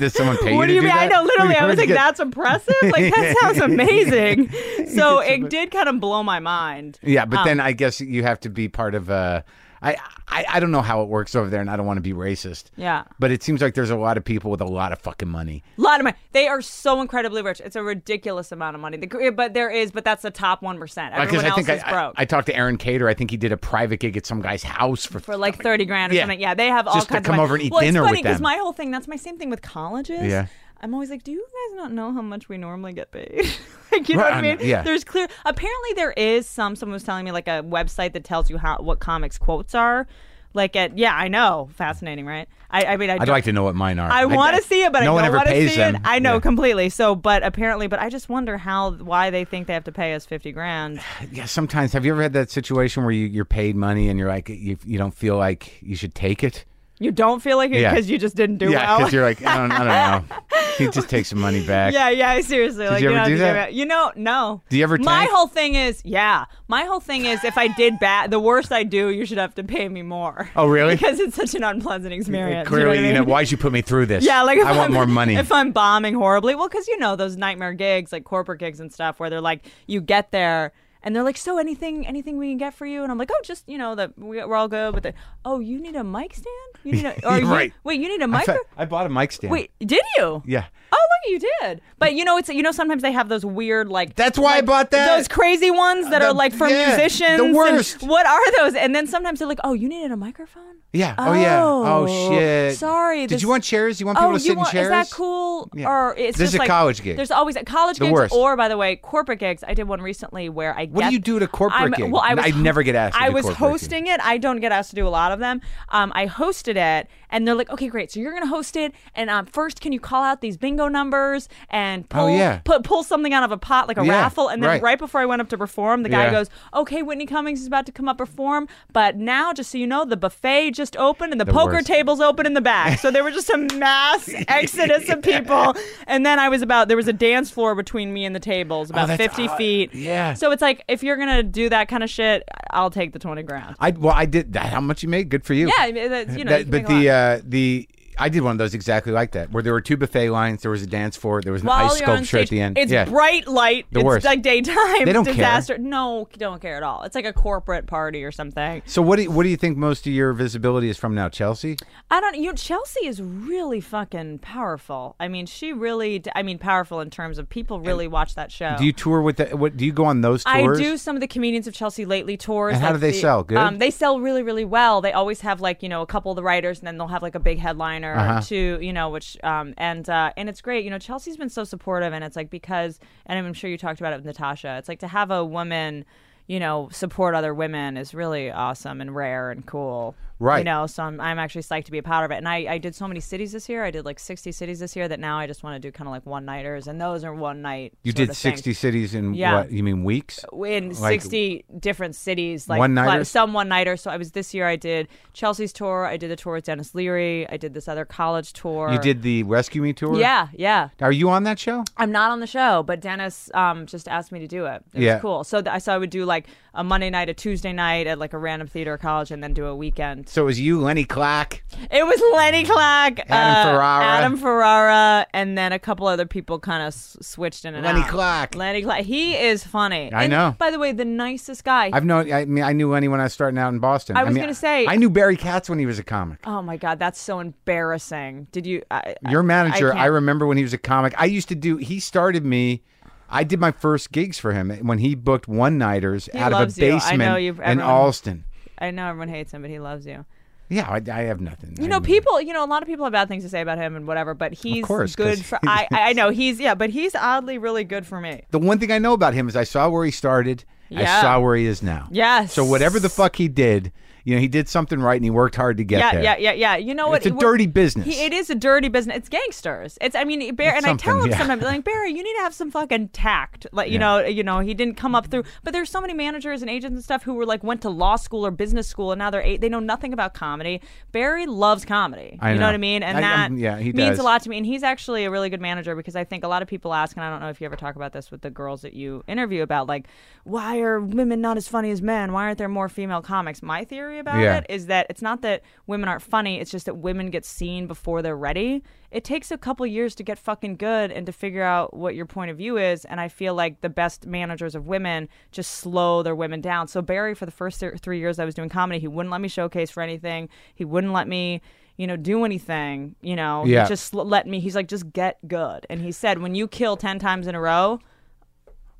A: Does someone pay you?
B: What
A: to
B: do you mean? I
A: that?
B: know, literally, I was like,
A: Get-
B: that's impressive. Like, that sounds amazing. So it did kind of blow my mind.
A: Yeah, but then
B: Um,
A: I guess you have to be part of a. I, I I don't know how it works over there, and I don't want to be racist.
B: Yeah.
A: But it seems like there's a lot of people with a lot of fucking money.
B: A lot of money. They are so incredibly rich. It's a ridiculous amount of money. The, but there is, but that's the top 1%. Everyone
A: I
B: else
A: think
B: is
A: I, I,
B: broke.
A: I talked to Aaron Cater. I think he did a private gig at some guy's house for.
B: for like 30 grand or
A: Yeah.
B: something. Yeah, they have all
A: Just to
B: kinds
A: come
B: of money.
A: over and eat
B: well,
A: dinner
B: it's
A: with
B: funny because
A: them.
B: my whole thing, that's my same thing with colleges.
A: Yeah.
B: I'm always like, do you guys not know how much we normally get paid? like, you know
A: Right,
B: what I
A: I
B: mean?
A: know, yeah.
B: There's clear. Apparently, there is some. Someone was telling me like a website that tells you how what comics quotes are. Like at yeah, I know, fascinating, right? I, I mean, I
A: I'd
B: don't-
A: like to know what mine are.
B: I want to see it, but
A: no
B: I
A: one
B: don't
A: ever
B: want to
A: pays
B: see
A: them.
B: it. I know
A: Yeah.
B: completely. So, but apparently, but I just wonder how why they think they have to pay us fifty grand.
A: Yeah, sometimes. Have you ever had that situation where you, you're paid money and you're like, you, you don't feel like you should take it?
B: You don't feel like it
A: Yeah.
B: because you just didn't do
A: yeah,
B: well.
A: because you're like, I don't, I don't know. He just takes some money back.
B: Yeah, yeah, seriously. like,
A: you ever
B: don't
A: do
B: have to
A: that?
B: it. You know, no.
A: Do you ever
B: My
A: tank?
B: whole thing is, yeah. My whole thing is, if I did bad, the worst I do, you should have to pay me more.
A: Oh, really?
B: Because it's such an unpleasant experience. you know
A: Clearly,
B: what I
A: you know,
B: mean?
A: why'd you put me through this?
B: Yeah, like if
A: I want
B: am
A: more money.
B: If I'm bombing horribly, well, because you know those nightmare gigs, like corporate gigs and stuff, where they're like, you get there and they're like, so anything, anything we can get for you, and I'm like, oh, just you know that we, we're all good, but the, oh, you need a mic stand? You need a or you-
A: Right.
B: Wait, you need a
A: In
B: mic?
A: fact, I bought a mic stand.
B: Wait, did you?
A: Yeah.
B: Oh, look, you did. But you know, it's you know, sometimes they have those weird like.
A: That's why I
B: like,
A: bought that.
B: Those crazy ones that
A: The-
B: are like for
A: yeah, the
B: musicians. and
A: worst.
B: what are those? And then sometimes they're like, "Oh, you needed a microphone."
A: Yeah. Oh, yeah. Oh
B: Oh,
A: shit.
B: sorry,
A: Did
B: this-
A: you want chairs? You want people
B: Oh,
A: to sit
B: you want,
A: in chairs?
B: is that cool?
A: Yeah.
B: Or it's
A: This is
B: just
A: a
B: like,
A: college gig.
B: There's always college gigs,
A: worst.
B: or by the way, corporate gigs. I did one recently where I.
A: What do
B: get-
A: you do at a corporate
B: I'm-
A: gig?
B: Well, I, was
A: I never get asked to
B: I
A: do
B: was
A: corporate
B: hosting it. I don't get asked to do a lot of them. Um, I hosted it, and they're like, "Okay, great. So you're gonna host it, and um, first, can you call out these bingo numbers and pull
A: Oh, yeah.
B: put pull something out of a pot like a
A: Yeah,
B: raffle?" And then
A: right.
B: right. before I went up to perform, the guy
A: Yeah.
B: goes, "Okay, Whitney Cummings is about to come up perform, but now, just so you know, the buffet just opened and the, poker
A: worst.
B: tables open in the back. So there were just a mass exodus of people. And then I was about there was a dance floor between me and the tables, about
A: Oh, that's
B: fifty
A: odd.
B: feet.
A: Yeah.
B: So it's like if you're gonna do that kind of shit, I'll take the twenty grand.
A: I well, I did that. How much you made? Good for you.
B: Yeah, I mean, that's, you know.
A: That-
B: you can
A: but
B: make
A: the
B: a lot.
A: uh, the I did one of those exactly like that, where there were two buffet lines, there was a dance floor, there was an
B: While
A: ice
B: you're on
A: sculpture at
B: stage,
A: the end.
B: It's
A: yeah.
B: bright light.
A: The
B: it's
A: worst.
B: like daytime.
A: They don't care.
B: disaster. No, don't care at all. It's like a corporate party or something.
A: so what do you, what do you think most of your visibility is from now, Chelsea?
B: I don't. You know, Chelsea is really fucking powerful. I mean, she really. d- I mean, powerful in terms of people really watch that show.
A: Do you tour with that? What do you go on those tours?
B: Oh. I do some of the comedians of Chelsea lately tours.
A: And how
B: like
A: do they
B: the-
A: sell? Good?
B: Um, they sell really, really well. They always have like you know a couple of the writers, and then they'll have like a big headliner
A: Uh-huh.
B: or two, you know, which um and uh, and it's great. You know, Chelsea's been so supportive, and it's like because and I'm sure you talked about it with Natasha. It's like to have a woman. You know, support other women is really awesome and rare and cool.
A: Right.
B: You know, so I'm, I'm actually psyched to be a part of it. And I, I did so many cities this year. I did like 60 cities this year that now I just want to do kind of like one nighters. And those are one night.
A: You
B: sort
A: did
B: of things
A: sixty cities in
B: Yeah.
A: what? You mean weeks?
B: in
A: Like-
B: 60 different cities like
A: One-nighters?
B: cl- some one nighter so i was this year i did chelsea's tour i did the tour with dennis leary i did this other college tour
A: You did the Rescue Me tour.
B: yeah yeah
A: Are you on that show?
B: i'm not on the show but dennis um, just asked me to do it it
A: Yeah.
B: was cool so th- i so i would do like a monday night a tuesday night at like a random theater or college and then do a weekend
A: So it was you, Lenny Clark,
B: it was lenny clark
A: Adam
B: uh,
A: Ferrara.
B: adam ferrara and then a couple other people kind of s- switched in and
A: Lenny
B: out
A: Clark.
B: lenny clark he is funny
A: I
B: And,
A: know.
B: by the way the nicest guy
A: I've known. I mean, I knew Lenny when I was starting out in Boston.
B: I was
A: mean,
B: gonna say-
A: I knew Barry Katz when he was a comic.
B: Oh my god, that's so embarrassing. Did you? I, I-
A: Your manager, I,
B: can't-
A: remember when he was a comic. I used to do. He started me. I did my first gigs for him when he booked one nighters out of a
B: loves you. I know
A: basement
B: you've-
A: in
B: everyone-
A: Alston.
B: I know everyone hates him, but he loves you.
A: Yeah, I, I have nothing.
B: You know, people. You know, a lot of people have bad things to say about him and whatever, but he's
A: course,
B: good
A: 'cause
B: for. I I know he's yeah, but he's oddly really good for me.
A: The one thing I know about him is I saw where he started. I
B: Yeah.
A: saw where he is now.
B: Yes.
A: So whatever the fuck he did, you know, he did something right and he worked hard to get
B: Yeah,
A: there.
B: yeah, yeah, yeah. You know what?
A: It's a
B: It-
A: dirty business.
B: He, it is a dirty business. It's gangsters. It's I mean, Barry, and I tell
A: something,
B: him
A: yeah.
B: sometimes like Barry, you need to have some fucking tact. Like you know, you know, he didn't come up through. But there's so many managers and agents and stuff who were like went to law school or business school, and now they're eight. They know nothing about comedy. Barry loves comedy.
A: I
B: you
A: know.
B: know what I mean? And
A: I-
B: that
A: I'm- yeah, he
B: means
A: does.
B: a lot to me. And he's actually a really good manager because I think a lot of people ask, and I don't know if you ever talk about this with the girls that you interview about, like, why are women not as funny as men? Why aren't there more female comics? My theory history about
A: Yeah.
B: it is that it's not that women aren't funny, it's just that women get seen before they're ready. It takes a couple years to get fucking good and to figure out what your point of view is. And I feel like the best managers of women just slow their women down. So, Barry, for the first th- three years I was doing comedy, he wouldn't let me showcase for anything, he wouldn't let me. You know, do anything. You know, He
A: Yeah.
B: just l- let me. He's like, just get good. And he said, when you kill ten times in a row,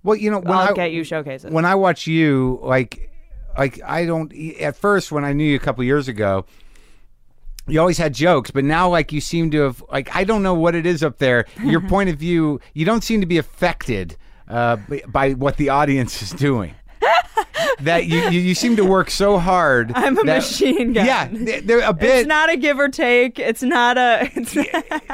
A: Well, you know, when
B: I'll
A: I-
B: get you showcases.
A: When I watch you, like, like I don't. At first, when I knew you a couple years ago, you always had jokes, but now, like, you seem to have. Like, I don't know what it is up there. Your point of view, you don't seem to be affected uh, by- by what the audience is doing. that you, you, you seem to work so hard.
B: I'm a
A: that-
B: machine gun.
A: Yeah, th- there- a bit.
B: It's not a give or take. It's not a. It's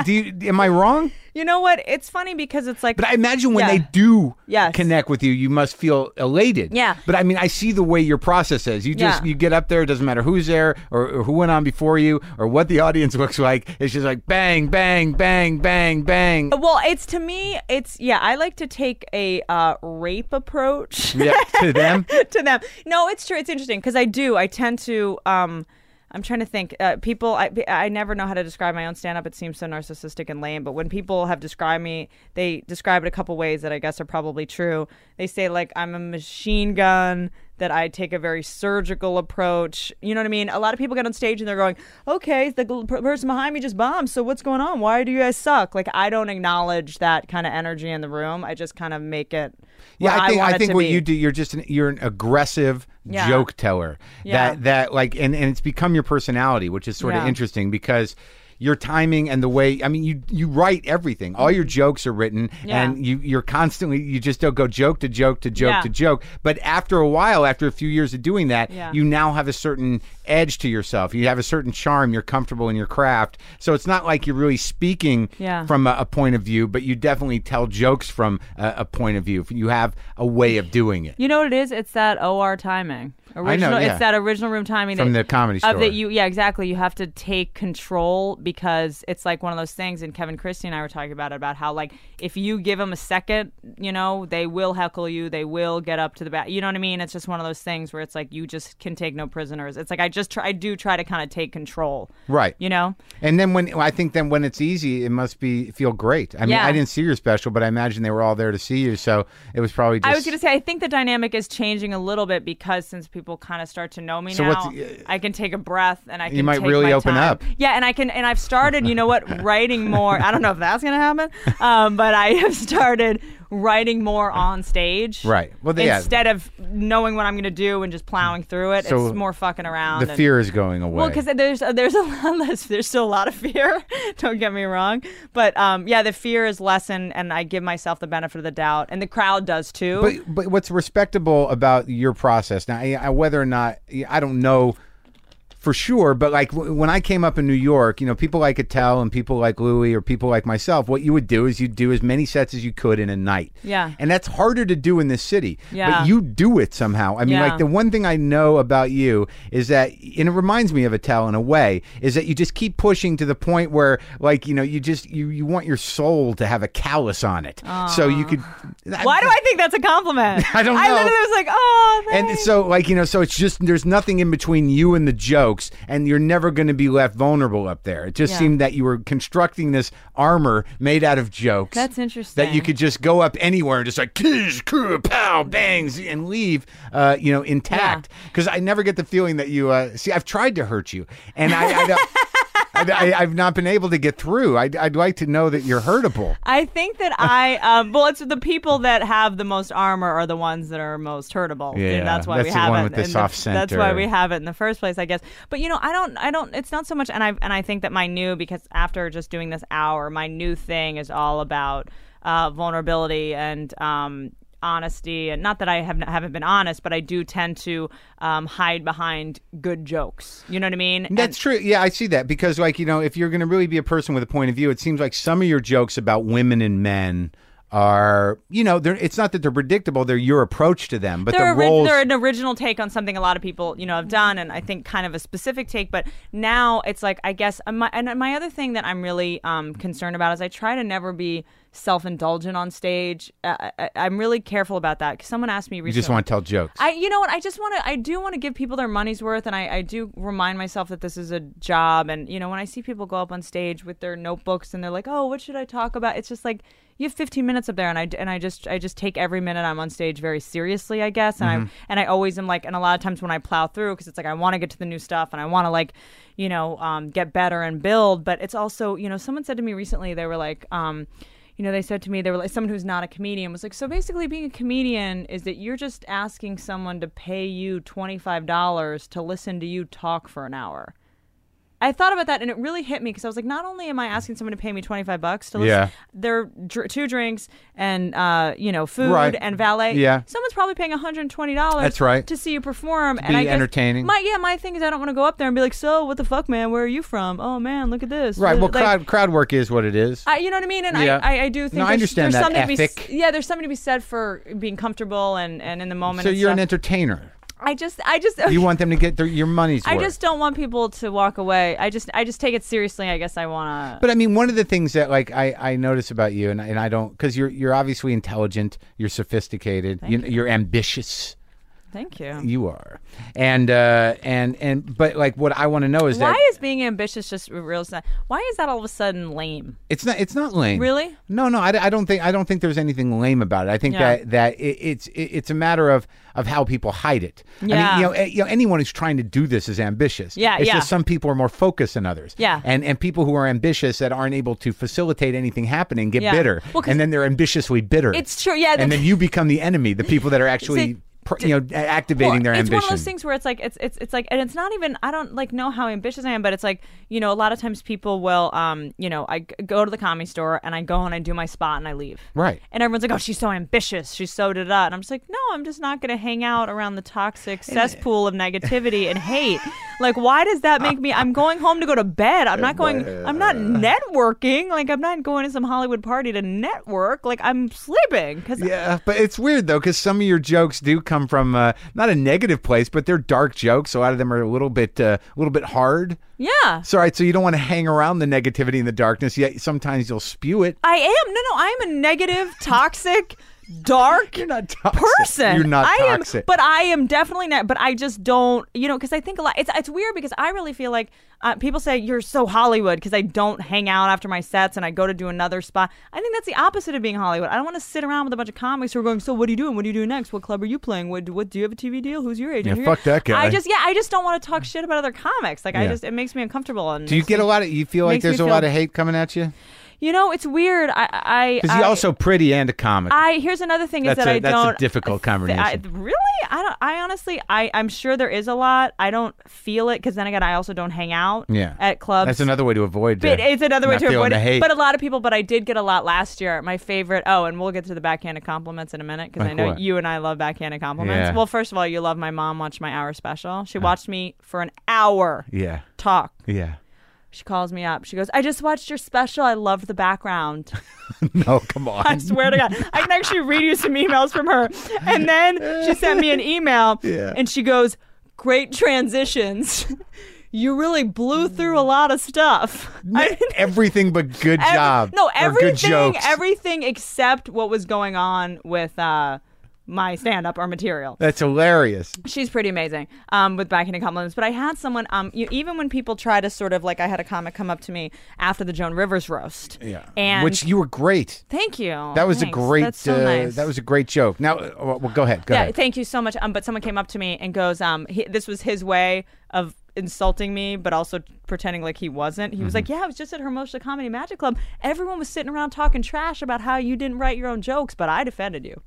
A: do you, am I wrong?
B: you know what? It's funny because it's like.
A: But I imagine when
B: Yeah.
A: they do
B: Yes.
A: connect with you, you must feel elated.
B: Yeah.
A: But I mean, I see the way your process is. You just
B: Yeah.
A: you get up there. It doesn't matter who's there or, or who went on before you or what the audience looks like. It's just like bang, bang, bang, bang, bang.
B: well, it's to me. It's yeah. I like to take a uh, rape approach.
A: yeah, to them.
B: to them. No, it's true. It's interesting because I do. I tend to. Um, I'm trying to think. Uh, people, I, I never know how to describe my own stand up. It seems so narcissistic and lame. But when people have described me, they describe it a couple ways that I guess are probably true. They say, like, I'm a machine gun, that I take a very surgical approach. You know what I mean? A lot of people get on stage and they're going, okay, the gl- per- person behind me just bombed. So what's going on? Why do you guys suck? Like, I don't acknowledge that kind of energy in the room. I just kind of make it.
A: Yeah,
B: where
A: I think
B: want
A: I,
B: it
A: think
B: to
A: what
B: be.
A: you do, you're just an, you're an aggressive
B: Yeah.
A: joke teller.
B: Yeah.
A: That that like, and and it's become your personality, which is sort of
B: Yeah.
A: interesting because. Your timing and the way—I mean, you you write everything. All your jokes are written,
B: Mm-hmm. Yeah.
A: and you you're constantly you just don't go joke to joke to joke
B: Yeah.
A: to joke. But after a while, after a few years of doing that,
B: Yeah.
A: you now have a certain edge to yourself. You have a certain charm. You're comfortable in your craft, so it's not like you're really speaking
B: Yeah.
A: from a, a point of view, but you definitely tell jokes from a, a point of view. You have a way of doing it.
B: You know what it is? It's that OR timing. Original,
A: yeah.
B: It's that original room timing
A: From
B: that-
A: the Comedy
B: of
A: Store.
B: that you. Yeah, exactly. You have to take control because it's like one of those things. And Kevin Christie and I were talking about it about how like if you give them a second, you know, they will heckle you. They will get up to the bat. You know what I mean? It's just one of those things where it's like you just can take no prisoners. It's like I just try. I do try to kind of take control.
A: Right.
B: You know.
A: And then when I think then when it's easy, it must be feel great. I mean,
B: Yeah.
A: I didn't see your special, but I imagine they were all there to see you, so it was probably just.
B: I was going to say, I think the dynamic is changing a little bit because since people kind of start to know me
A: So
B: now,
A: what's- uh,
B: I can take a breath and I can.
A: might
B: take
A: really
B: my
A: open
B: time.
A: up.
B: Yeah, and I can, and I've started. You know what? writing more. I don't know if that's going to happen, um, but I have started writing more on stage.
A: Right. Well, yeah.
B: instead of knowing what I'm going to do and just plowing through it,
A: So
B: it's more fucking around.
A: the
B: and-
A: fear is going away.
B: well, because there's there's a lot less. There's still a lot of fear. Don't get me wrong, but um, yeah, the fear is lessened, and I give myself the benefit of the doubt, and the crowd does too.
A: But but what's respectable about your process now? I, I, whether or not I don't know for sure, but like w- when I came up in New York, you know, people like Attell and people like Louis or people like myself, what you would do is you'd do as many sets as you could in a night.
B: Yeah.
A: and that's harder to do in this city.
B: Yeah.
A: but you do it somehow. I mean,
B: Yeah.
A: like the one thing I know about you is that, and it reminds me of Attell in a way, is that you just keep pushing to the point where, like, you know, you just you you want your soul to have a callus on it, so you could.
B: Why do I think that's a compliment?
A: I don't
B: I
A: know.
B: literally was like, oh, thanks.
A: And so, like you know, so it's just there's nothing in between you and the jokes, and you're never going to be left vulnerable up there. It just
B: Yeah.
A: seemed that you were constructing this armor made out of jokes.
B: That's
A: That you
B: interesting.
A: could just go up anywhere and just like kish, crew, pow, bangs, and leave, uh, you know, intact. Because I never get the feeling that you uh, see. I've tried to hurt you, and I. I don't, I, I, I've not been able to get through. I'd, I'd like to know that you're hurtable.
B: I think that I, um, well, it's the people that have the most armor are the ones that are most hurtable.
A: Yeah,
B: and that's why
A: that's
B: we
A: the
B: have
A: one
B: it.
A: with the
B: in
A: soft
B: That's why
A: center.
B: we have it in the first place, I guess. But you know, I don't, I don't. It's not so much, and I, and I think that my new because after just doing this hour, my new thing is all about uh, vulnerability and. Um, honesty and not that i have haven't been honest but i do tend to um, hide behind good jokes you know what i mean And-
A: That's true. Yeah, I see that because, like, you know, if you're going to really be a person with a point of view, it seems like some of your jokes about women and men are, you know, they're, it's not that they're predictable; they're your approach to them, but
B: they're,
A: the
B: ori-
A: roles.
B: they're an original take on something a lot of people you know have done and i think kind of a specific take but now it's like i guess uh, my, and my other thing that i'm really um, concerned about is i try to never be self indulgent on stage. Uh, I, I, I'm really careful about that because someone asked me
A: You
B: recently.
A: just want to tell jokes.
B: I, you know what? I just want to. I do want to give people their money's worth, and I, I do remind myself that this is a job. And you know, when I see people go up on stage with their notebooks and they're like, "Oh, what should I talk about?" It's just like you have 15 minutes up there, and I and I just I just take every minute I'm on stage very seriously, I guess. And I'm and I always am like, and a lot of times when I plow through, because it's like I want to get to the new stuff, and I want to like, you know, um, get better and build. But it's also, you know, someone said to me recently, they were like. Um, you know, they said to me, they were like, someone who's not a comedian was like, so basically being a comedian is that you're just asking someone to pay you $25 to listen to you talk for an hour. I thought about that and it really hit me because I was like, not only am I asking someone to pay me 25 bucks to listen,
A: Yeah.
B: their dr- two drinks and, uh, you know, food
A: Right.
B: and valet.
A: Yeah.
B: Someone's probably paying $120
A: That's right.
B: to see you perform.
A: be
B: and I guess
A: entertaining.
B: My, yeah, my thing is I don't want to go up there and be like, so what the fuck, man? Where are you from? Oh, man, look at this.
A: right. Well,
B: Like-
A: crowd crowd work is what it is.
B: I, you know what I mean, and
A: Yeah.
B: I, I, I do think
A: No, I
B: there's,
A: understand
B: there's
A: that
B: something To
A: ethic.
B: be, s- yeah, there's something to be said for being comfortable and, and in the moment.
A: so
B: and
A: you're an
B: stuff.
A: entertainer.
B: I just, I just,
A: You want them to get their, your money's
B: I
A: worth.
B: just don't want people to walk away. I just, I just take it seriously. I guess I wanna.
A: But I mean, one of the things that like I, I notice about you, and and I don't because you're you're obviously intelligent, you're sophisticated, you, you're ambitious.
B: Thank you.
A: You are, and uh, and and but like what I want to know is
B: Why
A: that
B: is being ambitious just a real? si- Why is that all of a sudden lame?
A: it's not it's not lame.
B: Really?
A: No, no. I, I don't think I don't think there's anything lame about it. I think
B: Yeah.
A: that that it, it's it, it's a matter of of how people hide it. I
B: Yeah.
A: mean, you know, eh, you know, anyone who's trying to do this is ambitious.
B: Yeah,
A: It's
B: yeah.
A: just some people are more focused than others.
B: Yeah.
A: And and people who are ambitious that aren't able to facilitate anything happening get
B: Yeah.
A: bitter,
B: Well, 'cause-
A: and then they're ambitiously bitter.
B: It's true, yeah,
A: And
B: that-
A: then you become the enemy. The people that are actually.
B: like-
A: pr you know, a- activating their
B: Well, it's
A: ambition.
B: one of those things where it's like it's it's it's like and it's not even I don't like know how ambitious I am, but it's like you know a lot of times people will um you know I g- go to the comedy store and I go and I do my spot and I leave
A: Right.
B: and everyone's like oh she's so ambitious she's so da da and I'm just like no I'm just not gonna hang out around the toxic cesspool of negativity and hate like why does that make me I'm going home to go to bed I'm not going I'm not networking like I'm not going to some Hollywood party to network like I'm sleeping because
A: Yeah, but it's weird though because some of your jokes do come from uh, not a negative place, but they're dark jokes. A lot of them are a little bit, uh, a little bit hard.
B: yeah
A: So, all right, so you don't want to hang around the negativity and the darkness. Yet sometimes you'll spew it.
B: I am. No, no, I am a negative, toxic, dark
A: You're not toxic.
B: person.
A: You're not
B: I
A: toxic.
B: Am, but I am definitely not. But I just don't, you know, because I think a lot. It's it's weird because I really feel like uh, people say you're so Hollywood because I don't hang out after my sets and I go to do another spot. I think that's the opposite of being Hollywood. I don't want to sit around with a bunch of comics who are going. So what are you doing? What are you doing next? What club are you playing? What what do you have a TV deal? Who's your agent?
A: Yeah,
B: Who your-"
A: fuck that guy.
B: I just yeah, I just don't want to talk shit about other comics. Like I
A: Yeah.
B: just it makes me uncomfortable. And
A: do you
B: makes
A: get
B: me-
A: a lot of? You feel like
B: makes me
A: there's a
B: feel-
A: lot of hate coming at you
B: You know, it's weird. I I
A: because
B: I-
A: you're also pretty and a comic.
B: I here's another thing
A: that's
B: is that
A: a
B: I
A: that's
B: don't
A: a difficult
B: th-
A: combination.
B: I, really I don't I honestly I I'm sure there is a lot I don't feel it because then again I also don't hang out
A: yeah,
B: at clubs
A: That's another way to avoid.
B: but
A: uh,
B: it's another way
A: not
B: to
A: feeling
B: avoid
A: the
B: it
A: hate.
B: but a lot of people but I did get a lot last year my favorite oh and we'll get to the backhanded compliments in a minute because
A: Like
B: I know
A: what?
B: you and I love backhanded compliments
A: Yeah. Uh-huh.
B: well first of all you love my mom watched my hour special she watched me for an hour
A: yeah,
B: talk
A: yeah.
B: she calls me up she goes I just watched your special I loved the background
A: No, come on.
B: I swear to God, I can actually read you some emails from her. And then she sent me an email,
A: Yeah.
B: and she goes, "Great transitions. You really blew through a lot of stuff." I-
A: everything but good
B: every-
A: job.
B: No,
A: or good
B: everything,
A: jokes.
B: everything except what was going on with uh, my stand-up or material
A: That's hilarious.
B: she's pretty amazing um, with backhanded compliments. But I had someone, um, you, even when people try to sort of like, I had a comic come up to me after the Joan Rivers roast.
A: Yeah,
B: and
A: which you were great.
B: thank you.
A: That was
B: Thanks.
A: a great.
B: That's so
A: uh,
B: nice.
A: That was a great joke. Now, uh, well, go ahead. Go
B: yeah,
A: ahead.
B: thank you so much. Um, but someone came up to me and goes, um, he, this was his way of insulting me, but also pretending like he wasn't. He was
A: Mm-hmm.
B: like, yeah, I was just at Hermosa Comedy Magic Club. Everyone was sitting around talking trash about how you didn't write your own jokes, but I defended you.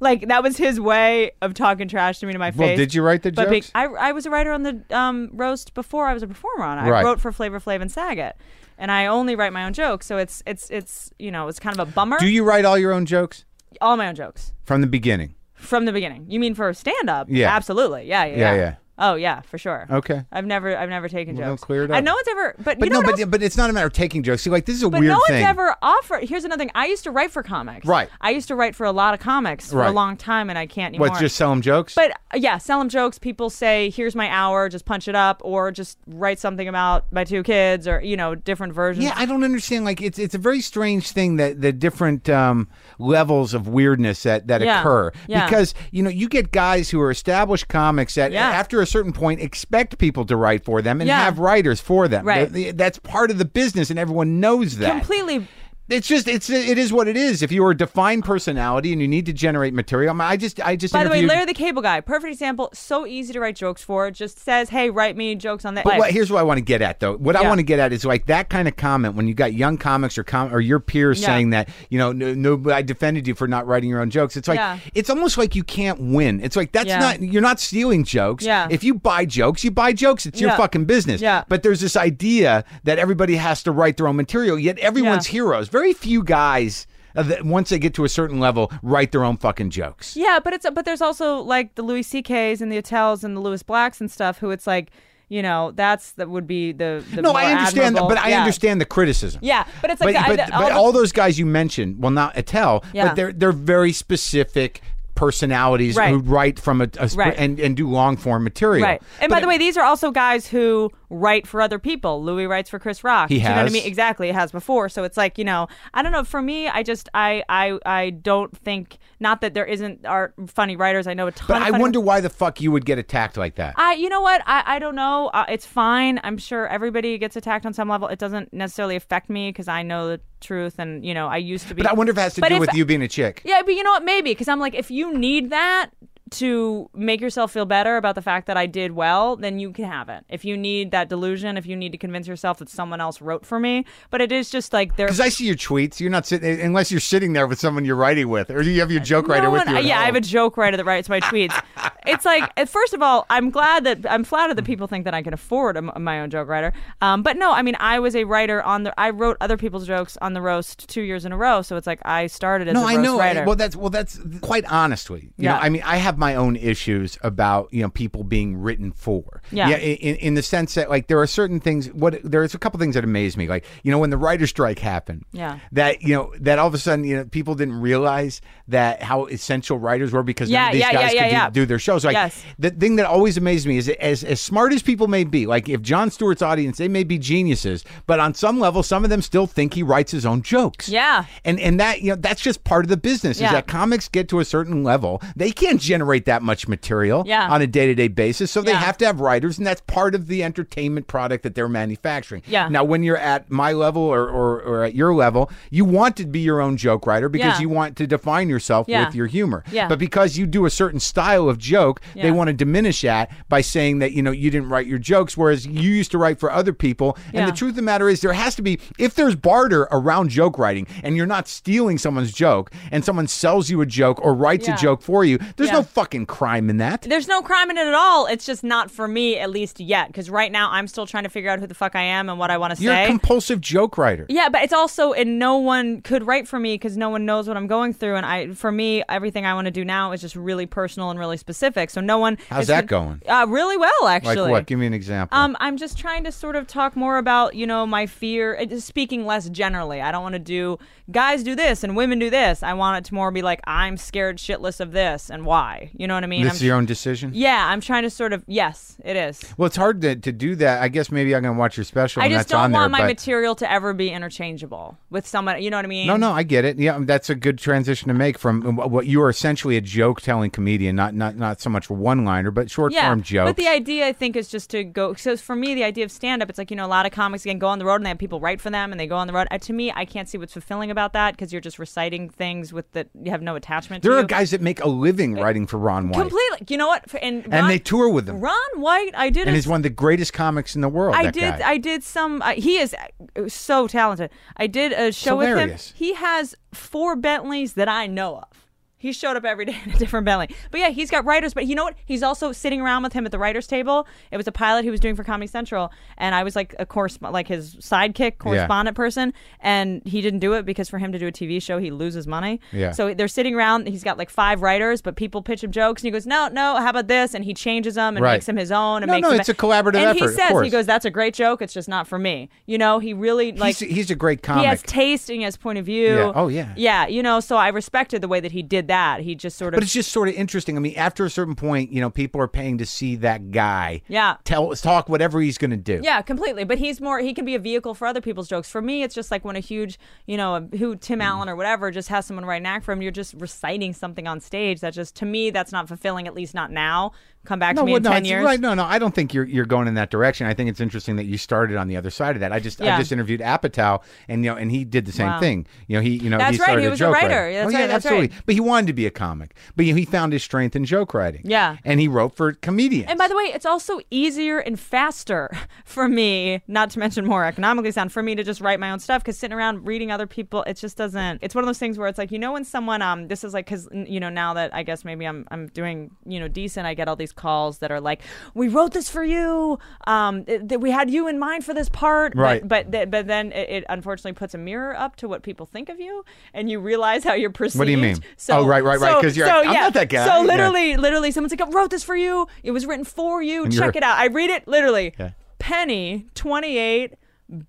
B: Like that was his way of talking trash to me to my
A: Hmm. well,
B: face.
A: did you write the
B: But being,
A: jokes?
B: I, I was a writer on the um, roast before I was a performer on it.
A: Right.
B: I wrote for Flavor Flav and Saget, and I only write my own jokes. So it's it's it's you know it's kind of a bummer.
A: Do you write all your own jokes
B: All my own jokes
A: from the beginning?
B: from the beginning. You mean for stand up?
A: Yeah.
B: absolutely. Yeah, yeah,
A: Yeah,
B: yeah.
A: yeah.
B: Oh yeah, for sure.
A: Okay.
B: I've never I've never taken
A: Well, then
B: jokes.
A: clear it
B: I
A: up.
B: know it's ever, but,
A: But
B: you know
A: no,
B: what
A: but
B: else?
A: but it's not a matter of taking jokes. See, like this is a
B: But
A: weird
B: no one's
A: thing.
B: ever offered. Here's another thing. I used to write for comics.
A: Right.
B: I used to write for a lot of comics for a
A: Right.
B: long time, and I can't anymore.
A: what just sell them jokes?
B: But uh, yeah, sell them jokes. People say, "Here's my hour. Just punch it up," or just write something about my two kids, or you know, different versions.
A: Yeah, I don't understand. Like it's it's a very strange thing that the different um, levels of weirdness that that
B: Yeah.
A: occur
B: Yeah.
A: because you know you get guys who are established comics that
B: Yeah.
A: after a certain point expect people to write for them and
B: Yeah.
A: have writers for them.
B: Right.
A: Th- that's part of the business, and everyone knows that.
B: completely.
A: It's just it's it is what it is. If you are a defined personality and you need to generate material, I, mean, I just I just
B: By the way,
A: interviewed-
B: Larry the Cable Guy, perfect example. So easy to write jokes for. It Just says, "Hey, write me jokes on that."
A: But
B: Like,
A: what, here's what I want to get at, though. What
B: Yeah.
A: I want to get at is like that kind of comment when you got young comics or com- or your peers
B: Yeah.
A: saying that you know no, no, I defended you for not writing your own jokes. It's like
B: Yeah.
A: it's almost like you can't win. It's like that's
B: Yeah.
A: not you're not stealing jokes.
B: Yeah.
A: If you buy jokes, you buy jokes. It's your
B: Yeah.
A: fucking business.
B: Yeah.
A: But there's this idea that everybody has to write their own material. Yet everyone's
B: Yeah.
A: heroes. Very few guys. uh, That once they get to a certain level, write their own fucking jokes.
B: Yeah, but it's but there's also like the Louis C.K.'s and the Attels and the Louis Blacks and stuff. Who it's like, you know, that's that would be the, the
A: No,
B: more
A: I understand, that,
B: admirable-
A: but I
B: yeah.
A: understand the criticism.
B: Yeah, but it's like
A: but,
B: the-
A: but,
B: the-
A: but
B: all the-
A: all those guys you mentioned, well, not Attell,
B: Yeah.
A: but they're they're very specific personalities
B: Right.
A: who write from a, a sp-
B: Right.
A: and and do long form material.
B: Right. And
A: But
B: by the way, these are also guys who write for other people. Louis writes for Chris Rock.
A: He
B: Do You know what I
A: has.
B: mean? Exactly. It has before. So it's like, you know, I don't know. For me, I just, I, I, I don't think, not that there isn't art, funny writers. I know a ton
A: But
B: of
A: I
B: funny-
A: wonder why the fuck you would get attacked like that.
B: I, you know what? I, I don't know. Uh, it's fine. I'm sure everybody gets attacked on some level. It doesn't necessarily affect me because I know the truth and, you know, I used to be.
A: but I wonder if it has to
B: But
A: do
B: if-
A: with you being a chick.
B: Yeah, but you know what? Maybe because I'm like, if you need that to make yourself feel better about the fact that I did well, then you can have it. If you need that delusion, if you need to convince yourself that someone else wrote for me, but it is just like there.
A: Because I see your tweets. You're not sitting unless you're sitting there with someone you're writing with, or do you have your joke writer
B: Uh, No
A: with
B: one-
A: you? at
B: yeah, I have a
A: home?
B: joke writer that writes my tweets. it's like, uh, first of all, I'm glad that I'm flattered that people think that I can afford a m my own joke writer. Um, but no, I mean, I was a writer on the. I wrote other people's jokes on the roast two years in a row, so it's like I started as
A: No,
B: a
A: I
B: roast
A: know.
B: writer.
A: Well, that's well, that's quite honestly. You
B: Yeah.
A: know, I mean, I have my own issues about you know people being written for.
B: Yeah.
A: in, in the sense that like there are certain things. What there's a couple things that amaze me. Like you know when the writer's strike happened.
B: Yeah.
A: That you know that all of a sudden you know people didn't realize that how essential writers were because none
B: Yeah,
A: of these
B: yeah,
A: guys
B: yeah,
A: could
B: yeah,
A: do,
B: yeah.
A: do their shows. Like
B: Yes.
A: the thing that always amazed me is that as as smart as people may be, like if John Stewart's audience, they may be geniuses, but on some level, some of them still think he writes his own jokes
B: Yeah.
A: and and that you know that's just part of the business
B: Yeah.
A: is that comics get to a certain level they can't generate that much material
B: Yeah.
A: on a day-to-day basis so they
B: Yeah.
A: have to have writers and that's part of the entertainment product that they're manufacturing
B: Yeah.
A: now when you're at my level or, or, or at your level you want to be your own joke writer because
B: Yeah.
A: you want to define yourself
B: Yeah.
A: with your humor
B: Yeah.
A: but because you do a certain style of joke
B: Yeah.
A: they want to diminish that by saying that you know you didn't write your jokes whereas you used to write for other people and the
B: Yeah.
A: truth truth of the matter is there has to be if there's barter around joke writing and you're not stealing someone's joke and someone sells you a joke or writes
B: Yeah.
A: a joke for you there's
B: Yeah.
A: no fucking crime in that
B: There's no crime in it at all. It's just not for me, at least yet, because right now I'm still trying to figure out who the fuck I am and what I want to
A: you're
B: say.
A: a compulsive joke writer
B: yeah, but it's also, and no one could write for me because no one knows what I'm going through. And I, for me, everything I want to do now is just really personal and really specific. So no one.
A: How's
B: it's
A: that
B: been-
A: going?
B: Uh, really well,
A: like
B: actually.
A: what give me an example
B: Um, I'm just trying to sort of talk more about, you know, my fear, uh, just speaking less generally. I don't want to do guys do this and women do this. I want it to more be like, I'm scared shitless of this and why. You know what I mean?
A: this
B: I'm
A: is your own decision
B: yeah, I'm trying to sort of yes, it is.
A: well it's hard to, to do that i guess maybe i'm gonna watch your special
B: I
A: and
B: just
A: that's on
B: don't
A: there
B: want my
A: but
B: material to ever be interchangeable with someone. You know what I mean?
A: no, no, I get it. Yeah, that's a good transition to make from what you are essentially a joke-telling comedian, not not not so much one-liner, but
B: Yeah,
A: short-form jokes.
B: but the idea I think is just to go. So for me, the idea of stand-up, it's like you know a lot of comics again go on the road and they have people write for them and they go on the road. Uh, to me, I can't see what's fulfilling about that because you're just reciting things with that you have no attachment.
A: there
B: to
A: are guys that make a living writing for Ron White,
B: completely. You know what? For- And,
A: and
B: Ron,
A: they tour with him.
B: Ron White, I did.
A: and
B: a
A: he's one of the greatest comics in the world.
B: I
A: that
B: did.
A: guy.
B: I did some. Uh, he is uh, so talented. I did a show with him.
A: hilarious.
B: He has four Bentleys that I know of. He showed up every day in a different Bentley. But yeah, he's got writers. But you know what? He's also sitting around with him at the writers' table. It was a pilot he was doing for Comedy Central, and I was like a course, like his sidekick correspondent person, and he didn't do it because for him to do a TV show, he loses money.
A: Yeah.
B: So they're sitting around. He's got like five writers, but people pitch him jokes, and he goes, "No, no, how about this?" And he changes them and
A: Right.
B: makes them his own. And
A: No,
B: makes
A: no,
B: them
A: it's a collaborative
B: and
A: effort,
B: He
A: of
B: says,
A: course.
B: he goes, "That's a great joke. It's just not for me." You know, he really like
A: he's, he's a great comic.
B: he has taste and he has point of view.
A: Yeah. Oh, yeah.
B: Yeah, you know, so I respected the way that he did that. He just sort of
A: But it's just sort of interesting. I mean, after a certain point, you know, people are paying to see that guy.
B: Yeah.
A: Tell talk whatever he's going to do.
B: Yeah, completely. But he's more he can be a vehicle for other people's jokes. For me, it's just like when a huge, you know, a, who
A: Mm-hmm.
B: Tim Allen or whatever just has someone write an act for him, you're just reciting something on stage that just to me that's not fulfilling at least not now. Come back
A: No,
B: to me
A: well,
B: in
A: no,
B: 10
A: it's-
B: years.
A: right, no, no. I don't think you're you're going in that direction. I think it's interesting that you started on the other side of that. I just I
B: Yeah.
A: just interviewed Apatow, and you know, and he did the same
B: Wow.
A: thing. You know, he you know
B: That's
A: he
B: right,
A: started
B: he
A: a
B: was a
A: joke
B: writer.
A: writer.
B: That's
A: oh, yeah,
B: right, that's
A: absolutely.
B: right.
A: But he wanted to be a comic. But you know, he found his strength in joke writing.
B: Yeah.
A: and he wrote for comedians.
B: And by the way, it's also easier and faster for me, not to mention more economically sound, for me to just write my own stuff because sitting around reading other people, it just doesn't. It's one of those things where it's like, you know, when someone, um, this is like, because, you know, now that I guess maybe I'm, I'm doing, you know, decent, I get all these calls that are like, we wrote this for you. Um, it- that we had you in mind for this part. But-
A: Right.
B: But, th- but then it, it unfortunately puts a mirror up to what people think of you and you realize how you're perceived.
A: you mean? Oh, right, right, right,
B: so-
A: 'cause you're
B: so,
A: like, "I'm
B: yeah.
A: not that guy."
B: So
A: Yeah.
B: literally, literally someone's like, I wrote this for you. It was written for you.
A: And
B: Check
A: you're-
B: it out. I read it literally.
A: Yeah.
B: Penny, 28,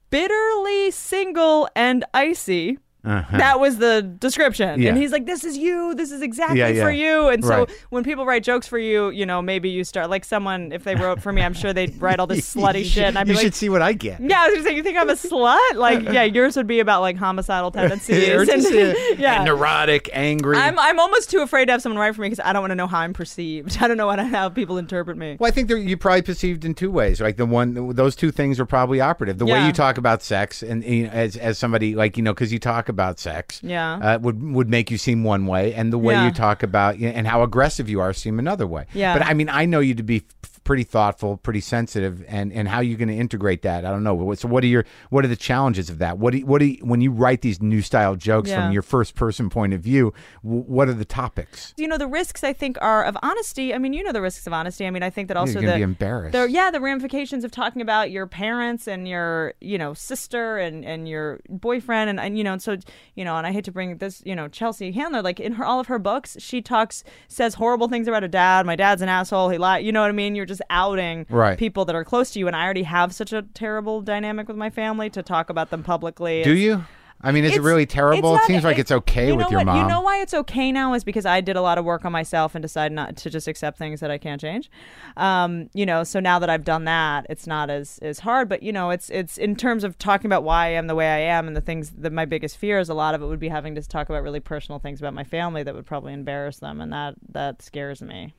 B: bitterly single and icy.
A: Uh-huh.
B: That was the description.
A: Yeah.
B: And he's like, This is you. This is exactly
A: Yeah, yeah.
B: for you. And so
A: Right.
B: when people write jokes for you, you know, maybe you start like someone, if they wrote for me, I'm sure they'd write all this slutty shit. And I'd be
A: you
B: like,
A: should see what I get.
B: Yeah, I was gonna say, You think I'm a slut? Like, yeah, yours would be about like homicidal tendencies.
A: Or
B: and,
A: just, uh,
B: yeah.
A: neurotic, angry.
B: I'm, I'm almost too afraid to have someone write for me because I don't want to know how I'm perceived. I don't know what, how people interpret me.
A: Well, I think they're- you probably perceived in two ways. Like the one, those two things are probably operative. The way
B: Yeah.
A: you talk about sex, and you know, as as somebody like you know, because you talk about sex,
B: Yeah.
A: uh, would would make you seem one way, and the way
B: Yeah.
A: you talk about you know, and how aggressive you are seem another way.
B: Yeah.
A: But I mean, I know you to be f- pretty thoughtful, pretty sensitive, and and how you going to integrate that? I don't know. What- So what are your what are the challenges of that? What do you, what do you, when you write these new style jokes
B: Yeah.
A: from your first person point of view? W- what are the topics?
B: You know, the risks I think are of honesty. I mean, you know the risks of honesty. I mean, I think that also
A: You're going to
B: the,
A: be embarrassed.
B: the yeah, the ramifications of talking about your parents and your, you know, sister and and your boyfriend and, and you know, and so you know, and I hate to bring this, you know, Chelsea Handler, like in her all of her books, she talks says horrible things about her dad. My dad's an asshole, he lied you know what I mean? You're just outing
A: Right.
B: people that are close to you and I already have such a terrible dynamic with my family to talk about them publicly.
A: Do you? I mean, is it
B: It's-
A: really terrible?
B: it's
A: It
B: not-
A: seems like
B: it-
A: it's okay
B: you
A: with
B: know
A: your
B: what?
A: mom.
B: You know why it's okay now is because I did a lot of work on myself and decided not to just accept things that I can't change. Um, you know, so now that I've done that, it's not as as hard. But you know, it's it's in terms of talking about why I am the way I am and the things that my biggest fears. A lot of it would be having to talk about really personal things about my family that would probably embarrass them, and that that scares me.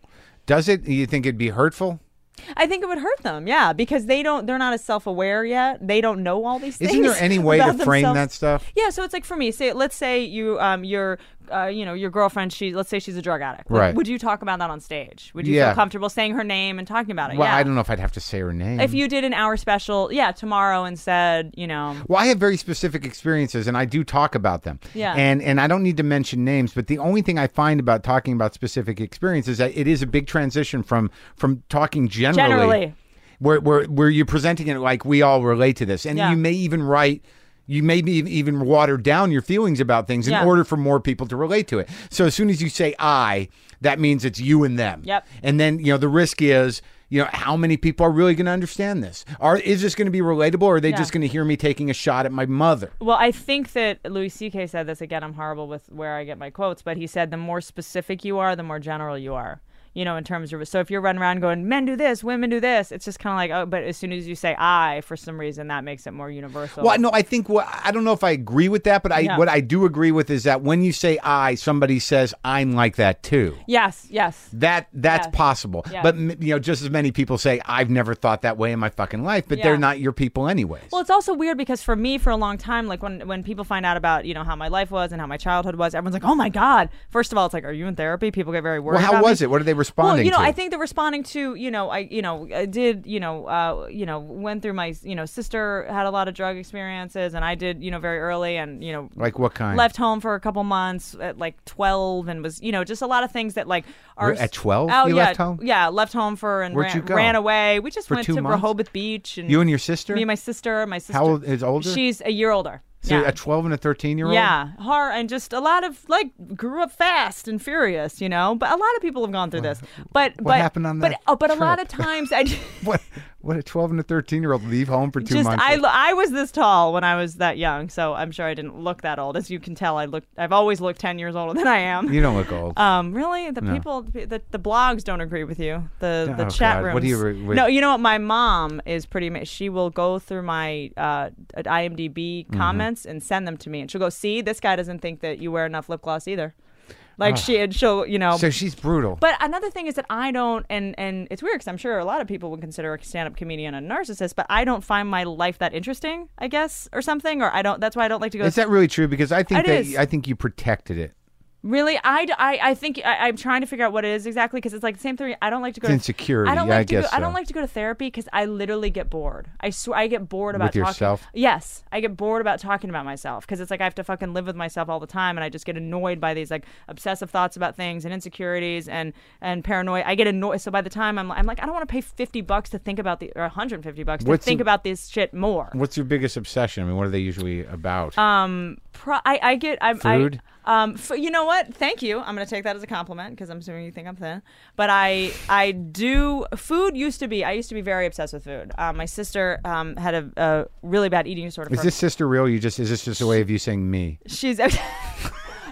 A: Does it? You think it'd be hurtful?
B: I think it would hurt them, yeah, because they don't they're not as self aware yet. They don't know all these things.
A: Isn't there any way to
B: about
A: frame
B: themselves.
A: that stuff?
B: Yeah, so it's like for me, say let's say you um your uh, you know your girlfriend she let's say she's a drug addict. Would-
A: Right.
B: Would you talk about that on stage? Would you
A: Yeah.
B: feel comfortable saying her name and talking about it?
A: Well,
B: yeah.
A: I don't know if I'd have to say her name.
B: if you did an hour special, yeah, tomorrow and said, you know,
A: Well, I have very specific experiences, and I do talk about them.
B: Yeah.
A: And and I don't need to mention names, but the only thing I find about talking about specific experiences is that it is a big transition from from talking generally.
B: Generally.
A: Where where where you're presenting it like we all relate to this, and
B: Yeah.
A: you may even write. You may be even water down your feelings about things in
B: Yeah.
A: order for more people to relate to it. So as soon as you say "I," that means it's you and them.
B: Yep.
A: And then you know the risk is you know how many people are really going to understand this? Are is this going to be relatable? Or are they
B: Yeah.
A: just going to hear me taking a shot at my mother?
B: Well, I think that Louis C.K. said this again. I'm horrible with where I get my quotes, but he said the more specific you are, the more general you are. You know, in terms of so if you're running around going, men do this, women do this, it's just kind of like, oh, but as soon as you say I, for some reason, that makes it more universal.
A: Well, no, I think what I don't know if I agree with that, but I
B: Yeah.
A: what I do agree with is that when you say I, somebody says I'm like that too.
B: Yes, yes.
A: That that's
B: Yes.
A: possible,
B: Yeah.
A: but m- you know, just as many people say I've never thought that way in my fucking life, but
B: Yeah.
A: they're not your people anyways.
B: Well, it's also weird because for me, for a long time, like when when people find out about you know how my life was and how my childhood was, everyone's like, "Oh my god!" First of all, it's like, "Are you in therapy?" People get very worried.
A: Well, how
B: about me.
A: was it? What did they responding
B: Well, you know,
A: to?
B: I think they're responding to you know, I you know, I did you know, uh, you know, went through my you know, sister had a lot of drug experiences, and I did you know very early, and you know,
A: like what kind?
B: left home for a couple months at like twelve, and was you know just a lot of things that like are
A: Re- at 12
B: Oh
A: you
B: yeah,
A: left home?
B: yeah, left home for and
A: Where'd
B: ran,
A: you go?
B: ran away. We just
A: For
B: went
A: two
B: to
A: months?
B: Rehoboth Beach, and
A: you and your sister.
B: me and my sister, my sister.
A: How old is older?
B: She's a year older.
A: so
B: yeah.
A: a twelve and a thirteen year old.
B: Yeah, horror and just a lot of like grew up fast and furious, you know. But a lot of people have gone through this. But
A: what
B: but
A: happened on
B: but
A: that
B: oh, but a lot of
A: trip?
B: times I just
A: What? What a twelve and a thirteen year old leave home for two
B: just
A: months?
B: I I was this tall when I was that young, so I'm sure I didn't look that old. As you can tell, I look I've always looked ten years older than I am.
A: you don't look old.
B: Um, really, the people, the, the blogs don't agree with you. The the
A: Oh,
B: chat
A: God.
B: rooms.
A: What do you re- what-
B: no, you know what? My mom is pretty. ma- She will go through my uh, IMDb
A: Mm-hmm.
B: comments and send them to me, and she'll go, "See, this guy doesn't think that you wear enough lip gloss either." Like she and she'll, you know.
A: Ah. so she's brutal.
B: but another thing is that I don't, and and it's weird because I'm sure a lot of people would consider a stand-up comedian a narcissist, but I don't find my life that interesting, I guess, or something, or I don't. That's why I don't like to go.
A: is that really true? Because I think
B: It
A: that
B: is.
A: I think you protected it.
B: Really, I, d- I, I think I, I'm trying to figure out what it is exactly because it's like the same thing. I don't like to go
A: It's
B: to
A: insecurity,
B: I don't
A: yeah,
B: like
A: I
B: to go,
A: guess
B: I don't
A: so.
B: like to go to therapy because I literally get bored. I swear, I get bored about talking.
A: yourself?
B: Yes, I get bored about talking about myself because it's like I have to fucking live with myself all the time, and I just get annoyed by these like obsessive thoughts about things and insecurities and and paranoia. I get annoyed. So by the time I'm, I'm like, I don't want to pay fifty bucks to think about the or 150 bucks to
A: What's
B: think
A: the-
B: about this shit more.
A: What's your biggest obsession? I mean, what are they usually about?
B: Um, Pro- I, I get I'm,
A: Food?
B: I, um, f- you know what? Thank you. I'm gonna take that as a compliment because I'm assuming you think I'm thin. But I I do. Food used to be. I used to be very obsessed with food. Um, my sister um, had a, a really bad eating disorder.
A: is
B: for-
A: this sister real? You just is this just a way of you saying me?
B: She's.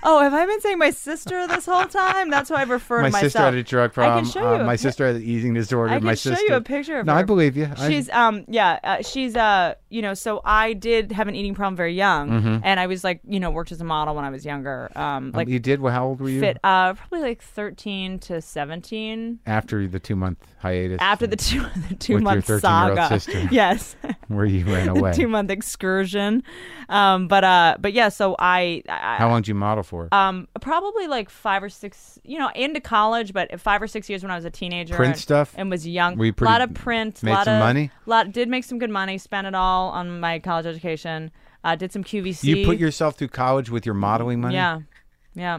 B: oh, have I been saying my sister this whole time? That's why I refer
A: My
B: to myself.
A: sister had a drug problem.
B: I can show you.
A: uh,
B: a
A: my
B: pic-
A: sister had an eating disorder.
B: I can
A: my
B: show
A: sister.
B: you a picture of
A: no, I
B: her.
A: believe you. I-
B: She's um yeah uh, she's uh you know so I did have an eating problem very young
A: Mm-hmm.
B: and I was like you know worked as a model when I was younger um like
A: you did. Well, how old were you?
B: fit uh probably like 13 to 17
A: After the two month hiatus.
B: after the two the two
A: your
B: month
A: 13-year-old
B: saga
A: sister.
B: yes
A: where you ran
B: the
A: away.
B: two month excursion um but uh but yeah so i, I
A: How long did you model for?
B: um probably like five or six you know into college but five or six years when i was a teenager
A: Print
B: and,
A: stuff?
B: and was young
A: Were you
B: a lot
A: pretty-
B: of print
A: made
B: lot
A: some
B: of
A: money?
B: lot did make some good money spent it all on my college education uh did some qvc
A: you put yourself through college with your modeling money.
B: yeah yeah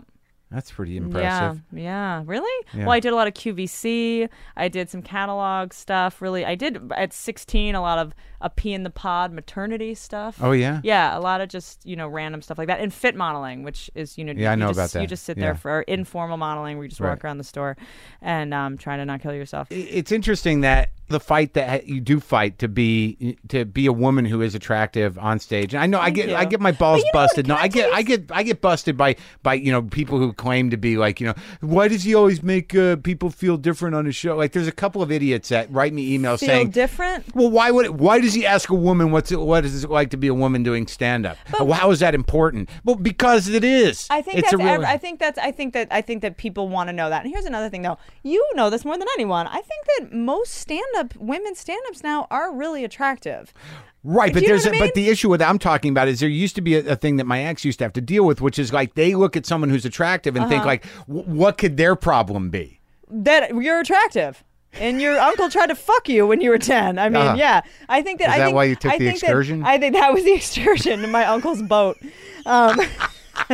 A: that's pretty impressive.
B: Yeah, yeah, really.
A: Yeah.
B: Well, I did a lot of QVC. I did some catalog stuff. Really, I did at 16 a lot of a pee in the pod maternity stuff.
A: Oh yeah.
B: Yeah, a lot of just you know random stuff like that, and fit modeling, which is you know
A: Yeah, I
B: you
A: know
B: just,
A: about that.
B: You just sit
A: Yeah.
B: there for or informal modeling where you just
A: Right.
B: walk around the store and um, trying to not kill yourself.
A: I- It's interesting that the fight that you do fight to be to be a woman who is attractive on stage. And I know I
B: Thank
A: get
B: you.
A: I get my balls
B: But you know what?
A: busted. No,
B: Can I
A: I get
B: tell
A: I
B: you-
A: get I get busted by by you know people who claim to be like you know why does he always make uh, people feel different on his show? Like there's a couple of idiots that write me emails
B: Feel
A: saying
B: different.
A: Well, why would it, why does he ask a woman what's it, what is it like to be a woman doing stand up? How is that important? Well, because it is.
B: I think
A: it's
B: that's.
A: a real,
B: ev- I think that's. I think that. I think that people want to know that. And here's another thing, though. You know this more than anyone. I think that most stand-up women stand-ups now are really attractive.
A: right, but
B: you know
A: there's a,
B: what I
A: but the issue with I'm talking about is there used to be a, a thing that my ex used to have to deal with, which is like they look at someone who's attractive and
B: Uh-huh.
A: think like, "Wh- what could their problem be?
B: That you're attractive. And your uncle tried to fuck you when you were ten. I mean,
A: Uh-huh.
B: yeah. I think that.
A: Is
B: I
A: that
B: think,
A: why you took
B: I
A: the
B: think that-
A: excursion?
B: I think that was the excursion to my uncle's boat. Um,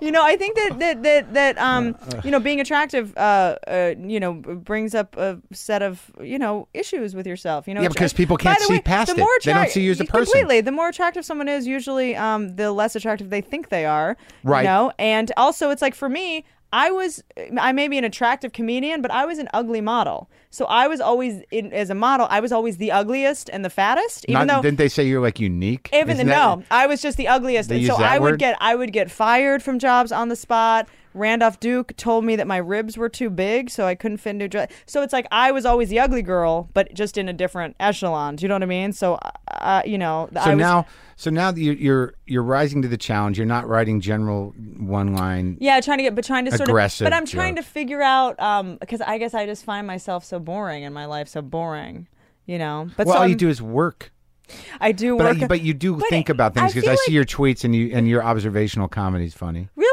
B: you know, I think that that that that um, you know, being attractive, uh, uh, you know, b- brings up a set of you know issues with yourself. You know,
A: Yeah,
B: attra-
A: because people
B: By
A: can't
B: the
A: see
B: way,
A: past
B: the
A: it.
B: more
A: They don't
B: attract-
A: see you as a person.
B: Completely. The more attractive someone is, usually, um, the less attractive they think they are.
A: Right.
B: You know, and also it's like for me. I was, I may be an attractive comedian, but I was an ugly model. So I was always, in, as a model, I was always the ugliest and the fattest. Even
A: Not,
B: though
A: didn't they say you're like unique?
B: even the,
A: Isn't that-
B: no, I was just the ugliest,
A: They
B: and
A: use
B: so
A: that
B: I
A: word?
B: would get I would get fired from jobs on the spot. Randolph Duke told me that my ribs were too big, so I couldn't fit into a dress. So it's like I was always the ugly girl, but just in a different echelon. Do you know what I mean? So, uh, you know, I
A: So
B: was,
A: now, so now that you, you're you're rising to the challenge. You're not writing general one line.
B: yeah, trying to get, but trying to sort
A: Aggressive
B: of, but I'm trying
A: jokes.
B: to figure out, um, because I guess I just find myself so boring and my life so boring, you know. But
A: Well,
B: so
A: all you
B: I'm-
A: do is work.
B: I do
A: But,
B: work,
A: I, but you do
B: But
A: think about things because I,
B: feel
A: see
B: like-
A: your tweets and you and your observational comedy's funny.
B: Really?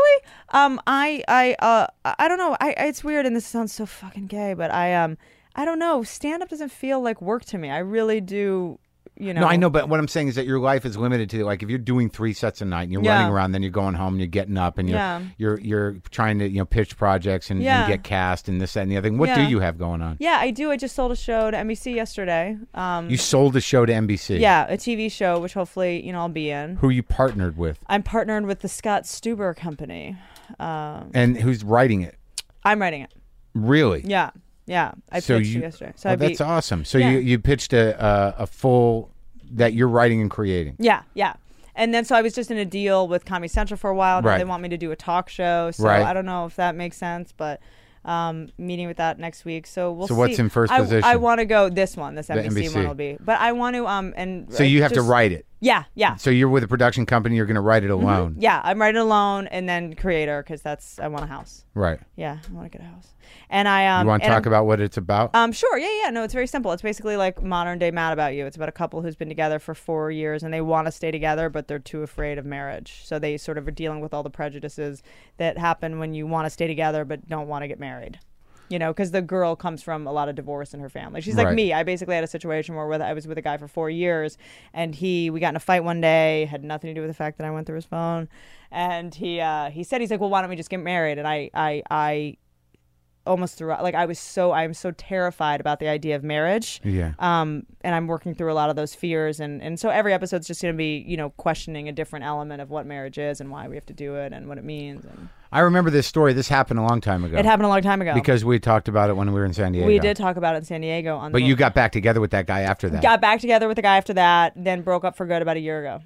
B: um, I, I, uh, I don't know. I, I, it's weird, and this sounds so fucking gay, but I, um, I don't know. Stand up doesn't feel like work to me. I really do. You know.
A: No, I know, but what I'm saying is that your life is limited to like if you're doing three sets a night and you're
B: Yeah.
A: running around, then you're going home and you're getting up and you're
B: Yeah.
A: you're you're trying to you know pitch projects and, and
B: Yeah.
A: get cast and this that and the other thing. What do
B: Yeah.
A: you have going on?
B: Yeah, I do. I just sold a show to NBC yesterday. Um,
A: You sold the show to NBC.
B: yeah, a TV show, which hopefully you know I'll be in.
A: Who you partnered with
B: I'm partnered with the Scott Stuber Company. Um,
A: and who's writing it?
B: I'm writing it.
A: Really?
B: Yeah, yeah. I
A: so
B: pitched
A: you,
B: it yesterday. So
A: oh,
B: I'd be-
A: that's awesome. So
B: Yeah.
A: you you pitched a uh, a full that you're writing and creating.
B: Yeah, yeah. And then so I was just in a deal with Comedy Central for a while. Now
A: Right.
B: They want me to do a talk show, so
A: Right.
B: I don't know if that makes sense, but um, meeting with that next week. So we'll
A: So
B: see.
A: what's in first
B: I,
A: position?
B: I want to go this one, this NBC,
A: NBC.
B: one will be, but I want to um and
A: So you have to
B: just-
A: write it.
B: Yeah, yeah,
A: So you're with a production company. You're going to write it alone,
B: yeah. I'm writing alone and then creator because that's I want a house.
A: right?
B: Yeah, I want to get a house. And I um
A: You want to
B: and
A: talk
B: I'm-
A: about what it's about?
B: Um, sure. Yeah, yeah. No, it's very simple. It's basically like modern day Mad About You. It's about a couple who's been together for four years and they want to stay together, but they're too afraid of marriage. So they sort of are dealing with all the prejudices that happen when you want to stay together but don't want to get married. You know, because the girl comes from a lot of divorce in her family. She's like
A: Right.
B: me. I basically had a situation where with, I was with a guy for four years, and he we got in a fight one day. Had nothing to do with the fact that I went through his phone, and he uh, he said he's like, well, why don't we just get married? And I I I almost throughout like i was so i'm so terrified about the idea of marriage
A: yeah.
B: um and i'm working through a lot of those fears and and so every episode's just going to be you know questioning a different element of what marriage is and why we have to do it and what it means and
A: I remember this story. This happened a long time ago.
B: it happened a long time ago
A: because we talked about it when we were in San Diego.
B: we did talk about it in san diego on
A: But
B: the
A: you got back together with that guy after that.
B: got back together with a guy after that then broke up for good about a year ago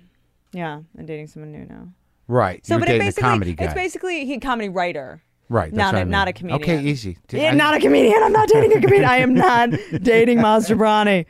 B: yeah and dating someone new now
A: right.
B: so
A: you were
B: but it
A: dating a
B: basically
A: comedy guy.
B: it's basically he comedy writer
A: right. that's
B: not
A: what
B: a-
A: I mean.
B: not a comedian.
A: Okay, easy. Did
B: yeah,
A: I-
B: not a comedian. I'm not dating a comedian. I am not dating Miles Gibrani.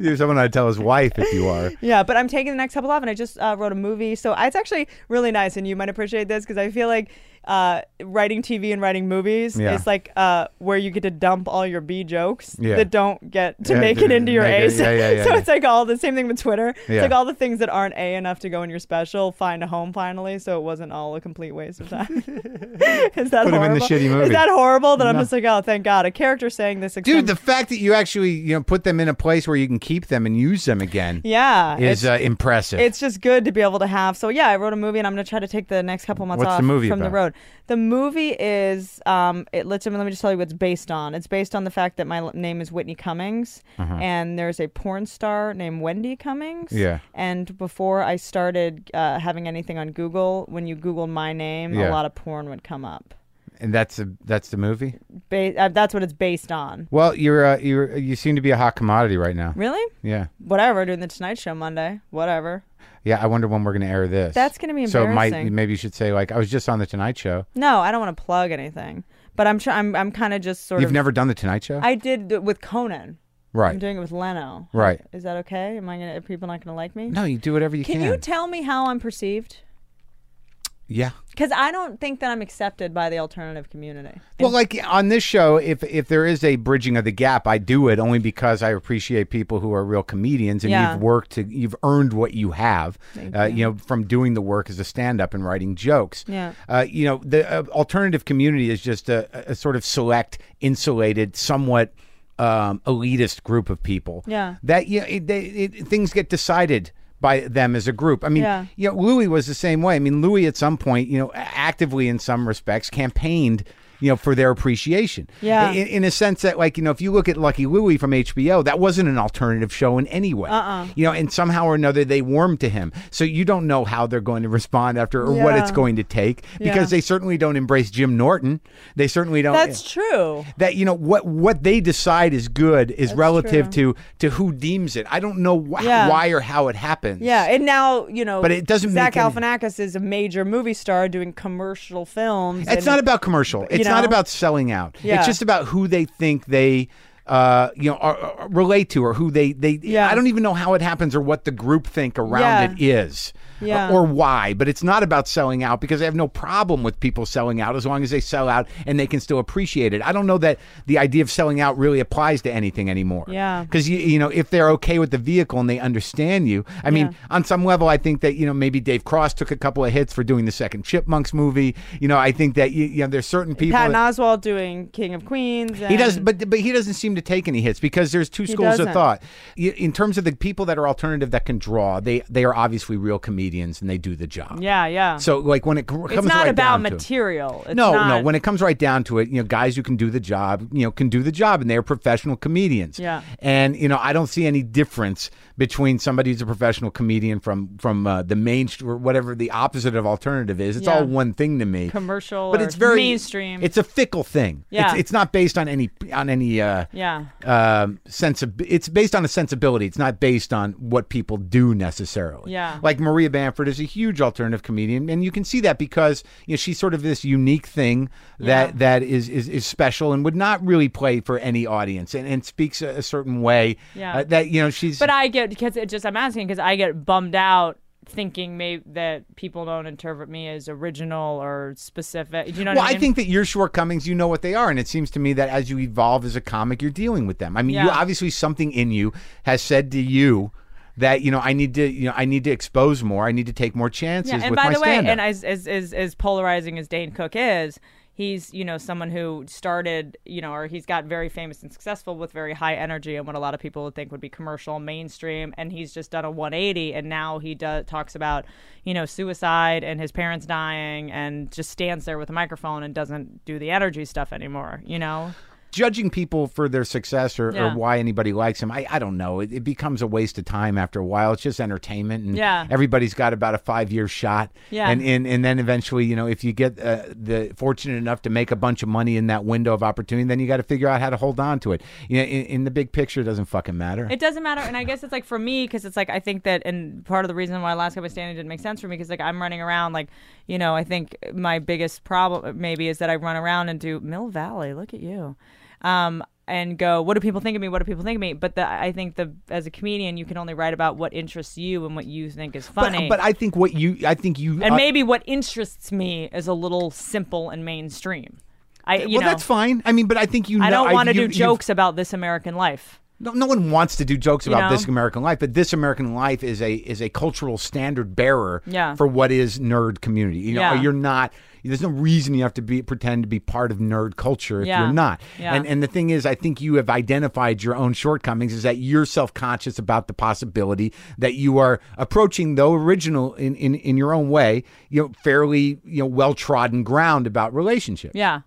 A: You're someone I'd tell his wife if you are.
B: Yeah, but I'm taking the next couple off, and I just uh, wrote a movie, so it's actually really nice, and you might appreciate this because I feel like uh, writing TV and writing movies
A: Yeah.
B: is like uh, where you get to dump all your B jokes
A: Yeah.
B: that don't get to
A: Yeah,
B: make it
A: to
B: into your
A: make
B: A.
A: it- yeah, yeah, yeah,
B: so
A: yeah.
B: it's like all the same thing with Twitter.
A: Yeah.
B: It's like all the things that aren't A enough to go in your special find a home finally, so it wasn't all a complete waste of time. is that
A: Put 'em
B: horrible?
A: in the shitty
B: Is
A: movie.
B: that horrible? That I'm
A: No.
B: just like, oh, thank God, a character saying this.
A: Dude, the fact that you actually you know put them in a place where you can keep them and use them again
B: yeah,
A: is
B: it's-
A: uh, impressive.
B: it's just good to be able to have. So yeah, I wrote a movie, and I'm gonna try to take the next couple months
A: What's the
B: off
A: movie
B: from the
A: about?
B: road. The movie is um, it let's let me just tell you what it's based on. It's based on the fact that my l- name is Whitney Cummings,
A: Uh-huh.
B: and there's a porn star named Wendy Cummings.
A: Yeah.
B: And before I started uh, having anything on Google, when you Googled my name,
A: Yeah.
B: a lot of porn would come up.
A: and that's a, that's the movie.
B: Ba- uh, that's what it's based on.
A: Well, you're uh, you you seem to be a hot commodity right now.
B: Really?
A: Yeah,
B: Whatever. Doing the Tonight Show Monday. Whatever.
A: yeah. I wonder when we're going to air this.
B: That's gonna be
A: So it might
B: embarrassing.
A: maybe you should say like I was just on the Tonight Show.
B: No, I don't want to plug anything. But I'm try- I'm I'm kind of just sort
A: You've
B: of
A: never done the Tonight Show,
B: I did th- with Conan. I'm
A: right?
B: doing it with Leno.
A: Right.
B: Is that okay? Am I gonna? Are people not gonna like me?
A: No, you do whatever you
B: Can,
A: can.
B: you tell me how I'm perceived?
A: yeah.
B: Because I don't think that I'm accepted by the alternative community.
A: Well, like on this show, if if there is a bridging of the gap, I do it only because I appreciate people who are real comedians, and
B: Yeah.
A: you've worked to, you've earned what you have, uh, you. know, from doing the work as a stand-up and writing jokes.
B: Yeah.
A: uh, you know, the uh, alternative community is just a, a sort of select, insulated, somewhat. Um, elitist group of people.
B: Yeah.
A: that you know, it, they, it, things get decided by them as a group. I mean,
B: Yeah.
A: you know, Louis was the same way. I mean, Louis at some point, you know, a- actively in some respects campaigned, you know, for their appreciation.
B: Yeah.
A: In, in a sense that, like, you know, if you look at Lucky Louie from HBO, that wasn't an alternative show in any way. Uh-uh. You know, and somehow or another they warmed to him. So you don't know how they're going to respond after or what
B: Yeah.
A: it's going to take because
B: Yeah.
A: they certainly don't embrace Jim Norton. They certainly don't eh,
B: That's true.
A: that you know what what they decide is good is relative to to who deems it. I don't know wh-
B: Yeah.
A: why or how it happens.
B: Yeah, and now you know.
A: But it doesn't
B: Zach
A: make any-
B: Galifianakis is a major movie star doing commercial films.
A: It's
B: and-
A: not about commercial. It's not
B: know?
A: about selling out.
B: Yeah.
A: It's just about who they think they uh, you know are, are- relate to or who they they
B: Yeah.
A: I don't even know how it happens or what the group think around
B: Yeah.
A: it is.
B: Yeah.
A: or why, but it's not about selling out because I have no problem with people selling out as long as they sell out and they can still appreciate it. I don't know that the idea of selling out really applies to anything anymore.
B: Yeah.
A: Because, you, you know, if they're okay with the vehicle and they understand you, I mean,
B: Yeah.
A: on some level, I think that, you know, maybe Dave Cross took a couple of hits for doing the second Chipmunks movie. You know, I think that, you, you know, there's certain people.
B: Patton
A: that-
B: Oswald doing King of Queens.
A: he
B: and-
A: doesn't, but but he doesn't seem to take any hits because there's two schools of
B: doesn't.
A: thought. Y- In terms of the people that are alternative that can draw, they they are obviously real comedians and they do the job.
B: Yeah, yeah.
A: So like when it c- comes
B: it's not
A: right
B: about
A: down to it-
B: material. It's
A: no,
B: not-
A: no. When it comes right down to it, you know, guys who can do the job, you know, can do the job, and they're professional comedians.
B: Yeah.
A: And you know, I don't see any difference between somebody who's a professional comedian from from uh, the main or whatever the opposite of alternative is. It's
B: Yeah.
A: all one thing to me.
B: Commercial
A: but
B: or
A: it's very
B: mainstream.
A: It's a fickle thing.
B: Yeah.
A: It's, it's not based on any on any. Uh,
B: yeah.
A: um, sense of it's based on a sensibility. It's not based on what people do necessarily.
B: Yeah.
A: Like Maria Bamford is a huge alternative comedian, and you can see that because you know she's sort of this unique thing that
B: Yeah.
A: that is, is is special and would not really play for any audience, and, and speaks a, a certain way.
B: Yeah.
A: uh, that you know she's.
B: But I get because it just I'm asking because I get bummed out thinking maybe that people don't interpret me as original or specific. You know what
A: well, I
B: I mean?
A: think that your shortcomings, you know what they are, and it seems to me that as you evolve as a comic, you're dealing with them. I mean, you
B: Yeah.
A: obviously something in you has said to you that you know I need to you know I need to expose more. I need to take more chances.
B: Yeah, and
A: with
B: by
A: my
B: the way,
A: stand-up.
B: and as, as as as polarizing as Dane Cook is, he's you know someone who started you know or he's got very famous and successful with very high energy and what a lot of people would think would be commercial mainstream, and he's just done a 180, and now he does talks about you know suicide and his parents dying, and just stands there with a microphone and doesn't do the energy stuff anymore. You know,
A: judging people for their success or, or
B: Yeah.
A: why anybody likes them, I, I don't know. It, it becomes a waste of time after a while. It's just entertainment, and
B: Yeah.
A: everybody's got about a five year shot.
B: Yeah.
A: and, and and then eventually, you know, if you get uh, the fortunate enough to make a bunch of money in that window of opportunity, then you got to figure out how to hold on to it. You know, in, in the big picture, it doesn't fucking matter.
B: It doesn't matter, and I guess it's like for me because it's like I think that, and part of the reason why Last Cup of Standing didn't make sense for me because like I'm running around like, you know, I think my biggest problem maybe is that I run around and do Mill Valley. Look at you, um, and go, what do people think of me? What do people think of me? But the, I think the as a comedian, you can only write about what interests you and what you think is
A: but,
B: funny.
A: but I think what you, I think you,
B: and
A: uh,
B: maybe what interests me is a little simple and mainstream. I you
A: well,
B: know
A: that's fine. I mean, but I think you.
B: I
A: know-
B: don't want to
A: you-
B: do
A: you've-
B: jokes about this American life.
A: No, no one wants to do jokes about
B: know?
A: this American life, but this American life is a is a cultural standard bearer
B: Yeah.
A: for what is nerd community. You know,
B: Yeah.
A: you're not. There's no reason you have to be pretend to be part of nerd culture if
B: Yeah.
A: you're not.
B: Yeah.
A: And and the thing is, I think you have identified your own shortcomings. Is that you're self conscious about the possibility that you are approaching though original in in, in your own way, you know, fairly you know well trodden ground about relationships.
B: Yeah.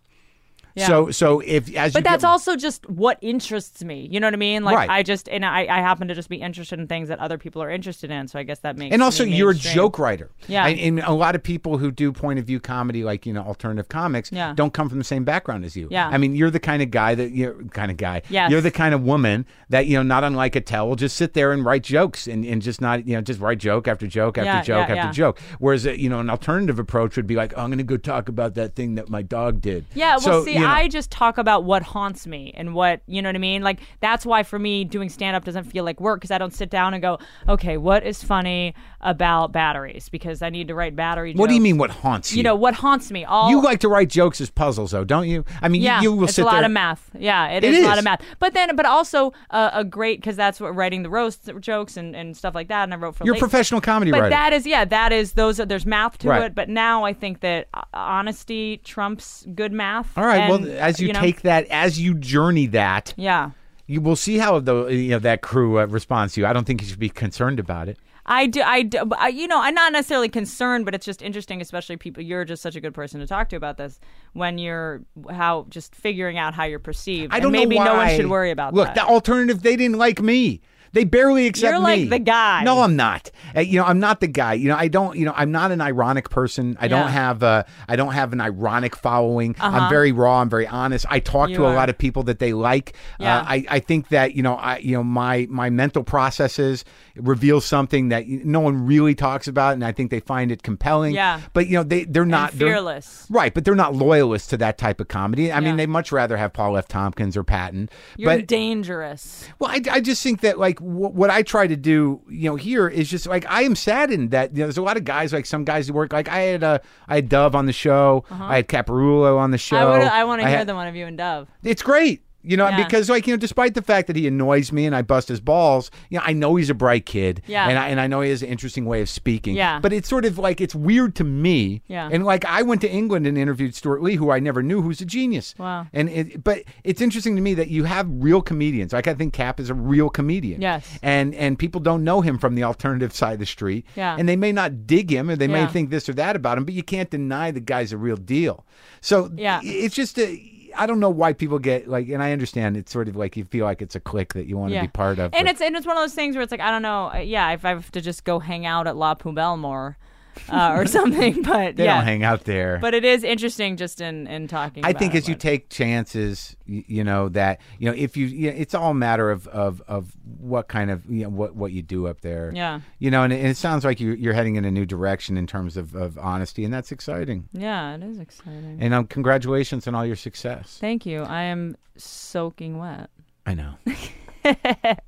B: Yeah.
A: So so if as you
B: But that's
A: get,
B: also just what interests me. You know what I mean? Like
A: Right.
B: I just and I, I happen to just be interested in things that other people are interested in. So I guess that makes
A: And also,
B: me
A: you're a
B: mainstream.
A: joke writer.
B: Yeah.
A: And, and a lot of people who do point of view comedy, like you know, alternative comics,
B: Yeah.
A: don't come from the same background as you.
B: Yeah.
A: I mean, you're the kind of guy that you're kind of guy.
B: Yes.
A: You're the kind of woman that you know, not unlike Attell, will just sit there and write jokes and, and just not you know just write joke after joke after
B: Yeah,
A: joke
B: yeah,
A: after
B: yeah.
A: joke. Whereas uh, you know, an alternative approach would be like, "Oh, I'm going to go talk about that thing that my dog did.
B: Yeah, well,
A: So, you know,
B: see, I just talk about what haunts me and what, you know what I mean? Like, that's why for me, doing stand up doesn't feel like work because I don't sit down and go, okay, what is funny about batteries? Because I need to write battery
A: What do you
B: jokes.
A: mean? What haunts you?
B: You know, what haunts me? All
A: You like to write jokes as puzzles, though, don't you? I mean, you-
B: Yeah,
A: you, will
B: it's
A: sit
B: a lot
A: there.
B: of math. Yeah, it
A: It
B: is, a lot
A: is.
B: of math. But then, but also uh, a great because that's what writing the roast jokes and, and stuff like that. And I wrote for
A: You're a
B: late-
A: professional comedy
B: But
A: writer.
B: that is yeah, that is those. Are, there's math to
A: Right.
B: it. But now I think that uh, honesty trumps good math.
A: All right.
B: and,
A: well, as you,
B: know,
A: take that, as you journey that,
B: yeah.
A: you will see how the you know that crew uh, responds to you. I don't think you should be concerned about it.
B: I do, I do, I- you know, I'm not necessarily concerned, but it's just interesting, especially people. You're just such a good person to talk to about this when you're how just figuring out how you're perceived.
A: I
B: And
A: don't
B: maybe
A: know why.
B: no one should worry about
A: Look,
B: that.
A: the alternative, they didn't like me. They barely accept
B: You're like
A: me.
B: the guy.
A: No, I'm not. Uh, you know, I'm not the guy. You know, I don't. You know, I'm not an ironic person. I don't
B: Yeah. Uh-huh.
A: have a. I don't have an ironic following. I'm very raw. I'm very honest. I talk
B: You
A: to a
B: are.
A: lot of people that they like.
B: Yeah.
A: Uh, I I think that you know I you know my my mental processes reveal something that y- no one really talks about, and I think they find it compelling.
B: Yeah.
A: But you know they they're not they're-
B: fearless.
A: Right, but they're not loyalists to that type of comedy. I mean,
B: Yeah.
A: they much rather have Paul F. Tompkins or Patton.
B: you're
A: but
B: dangerous.
A: well, I, I just think that like wh- what I try to do, you know, here is just like I am saddened that you know, there's a lot of guys like some guys who work like I had uh, I had Dove on the show, I had Caparulo on the show.
B: Uh-huh. I would. I want to hear
A: had-
B: the one of you and Dove.
A: It's great. You know,
B: Yeah.
A: because like you know, despite the fact that he annoys me and I bust his balls, you know, I know he's a bright kid,
B: Yeah.
A: and I and I know he has an interesting way of speaking,
B: Yeah.
A: But it's sort of like it's weird to me,
B: Yeah.
A: And like I went to England and interviewed Stuart Lee, who I never knew, who's a genius,
B: Wow.
A: And it, but it's interesting to me that you have real comedians. Like I think Cap is a real comedian,
B: Yes.
A: and and people don't know him from the alternative side of the street,
B: Yeah.
A: And they may not dig him, or they may
B: Yeah.
A: think this or that about him, but you can't deny the guy's a real deal. So
B: Yeah.
A: it's just a I don't know why people get like, and I understand it's sort of like you feel like it's a clique that you want
B: Yeah.
A: to be part of.
B: And
A: but-
B: it's and it's one of those things where it's like I don't know. uh, Yeah, if I have to just go hang out at La Poubelle more uh, or something, but
A: they
B: yeah.
A: don't hang out there.
B: but it is interesting just in in talking.
A: I
B: about
A: think
B: it,
A: as you
B: but-
A: take chances, you, you know that you know if you, you know, it's all a matter of of of what kind of you know what what you do up there.
B: Yeah.
A: You know, and, it- and it sounds like you you're heading in a new direction in terms of of honesty, and that's exciting.
B: yeah, it is exciting.
A: And um, congratulations on all your success.
B: Thank you. I am soaking wet,
A: I know.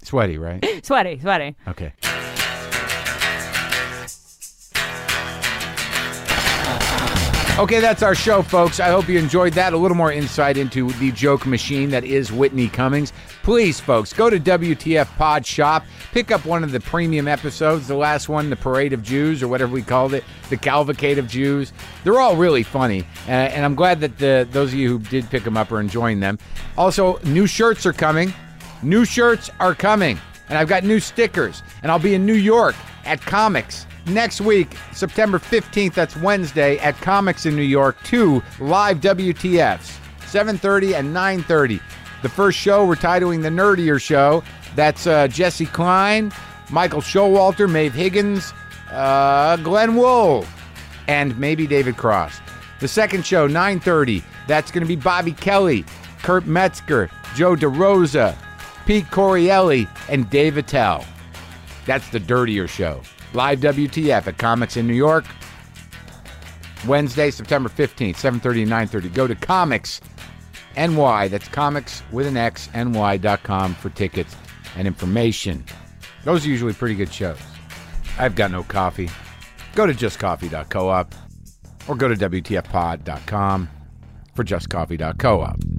A: Sweaty, right?
B: sweaty, sweaty.
A: Okay. Okay, that's our show, folks. I hope you enjoyed that. A little more insight into the joke machine that is Whitney Cummings. Please, folks, go to WTF Pod Shop, pick up one of the premium episodes, the last one, The Parade of Jews, or whatever we called it, The Calvocate of Jews. They're all really funny, uh, and I'm glad that the, those of you who did pick them up are enjoying them. Also, new shirts are coming. New shirts are coming, and I've got new stickers, and I'll be in New York at Comics next week, September 15th, that's Wednesday, at Comics in New York, two live WTFs, 7:30 and 9:30. The first show we're titling The Nerdier Show. That's uh, Jesse Klein, Michael Showalter, Maeve Higgins, uh, Glenn Wool and maybe David Cross. The second show, 9:30. That's going to be Bobby Kelly, Kurt Metzger, Joe DeRosa, Pete Corielli, and Dave Attell. That's the Dirtier Show. Live WTF at Comics in New York. Wednesday, September 15th, 7:30 and 9:30. Go to Comics NY. That's comics with an X, NY.com for tickets and information. Those are usually pretty good shows. I've got no coffee. Go to justcoffee.coop or go to WTFpod.com for justcoffee.coop.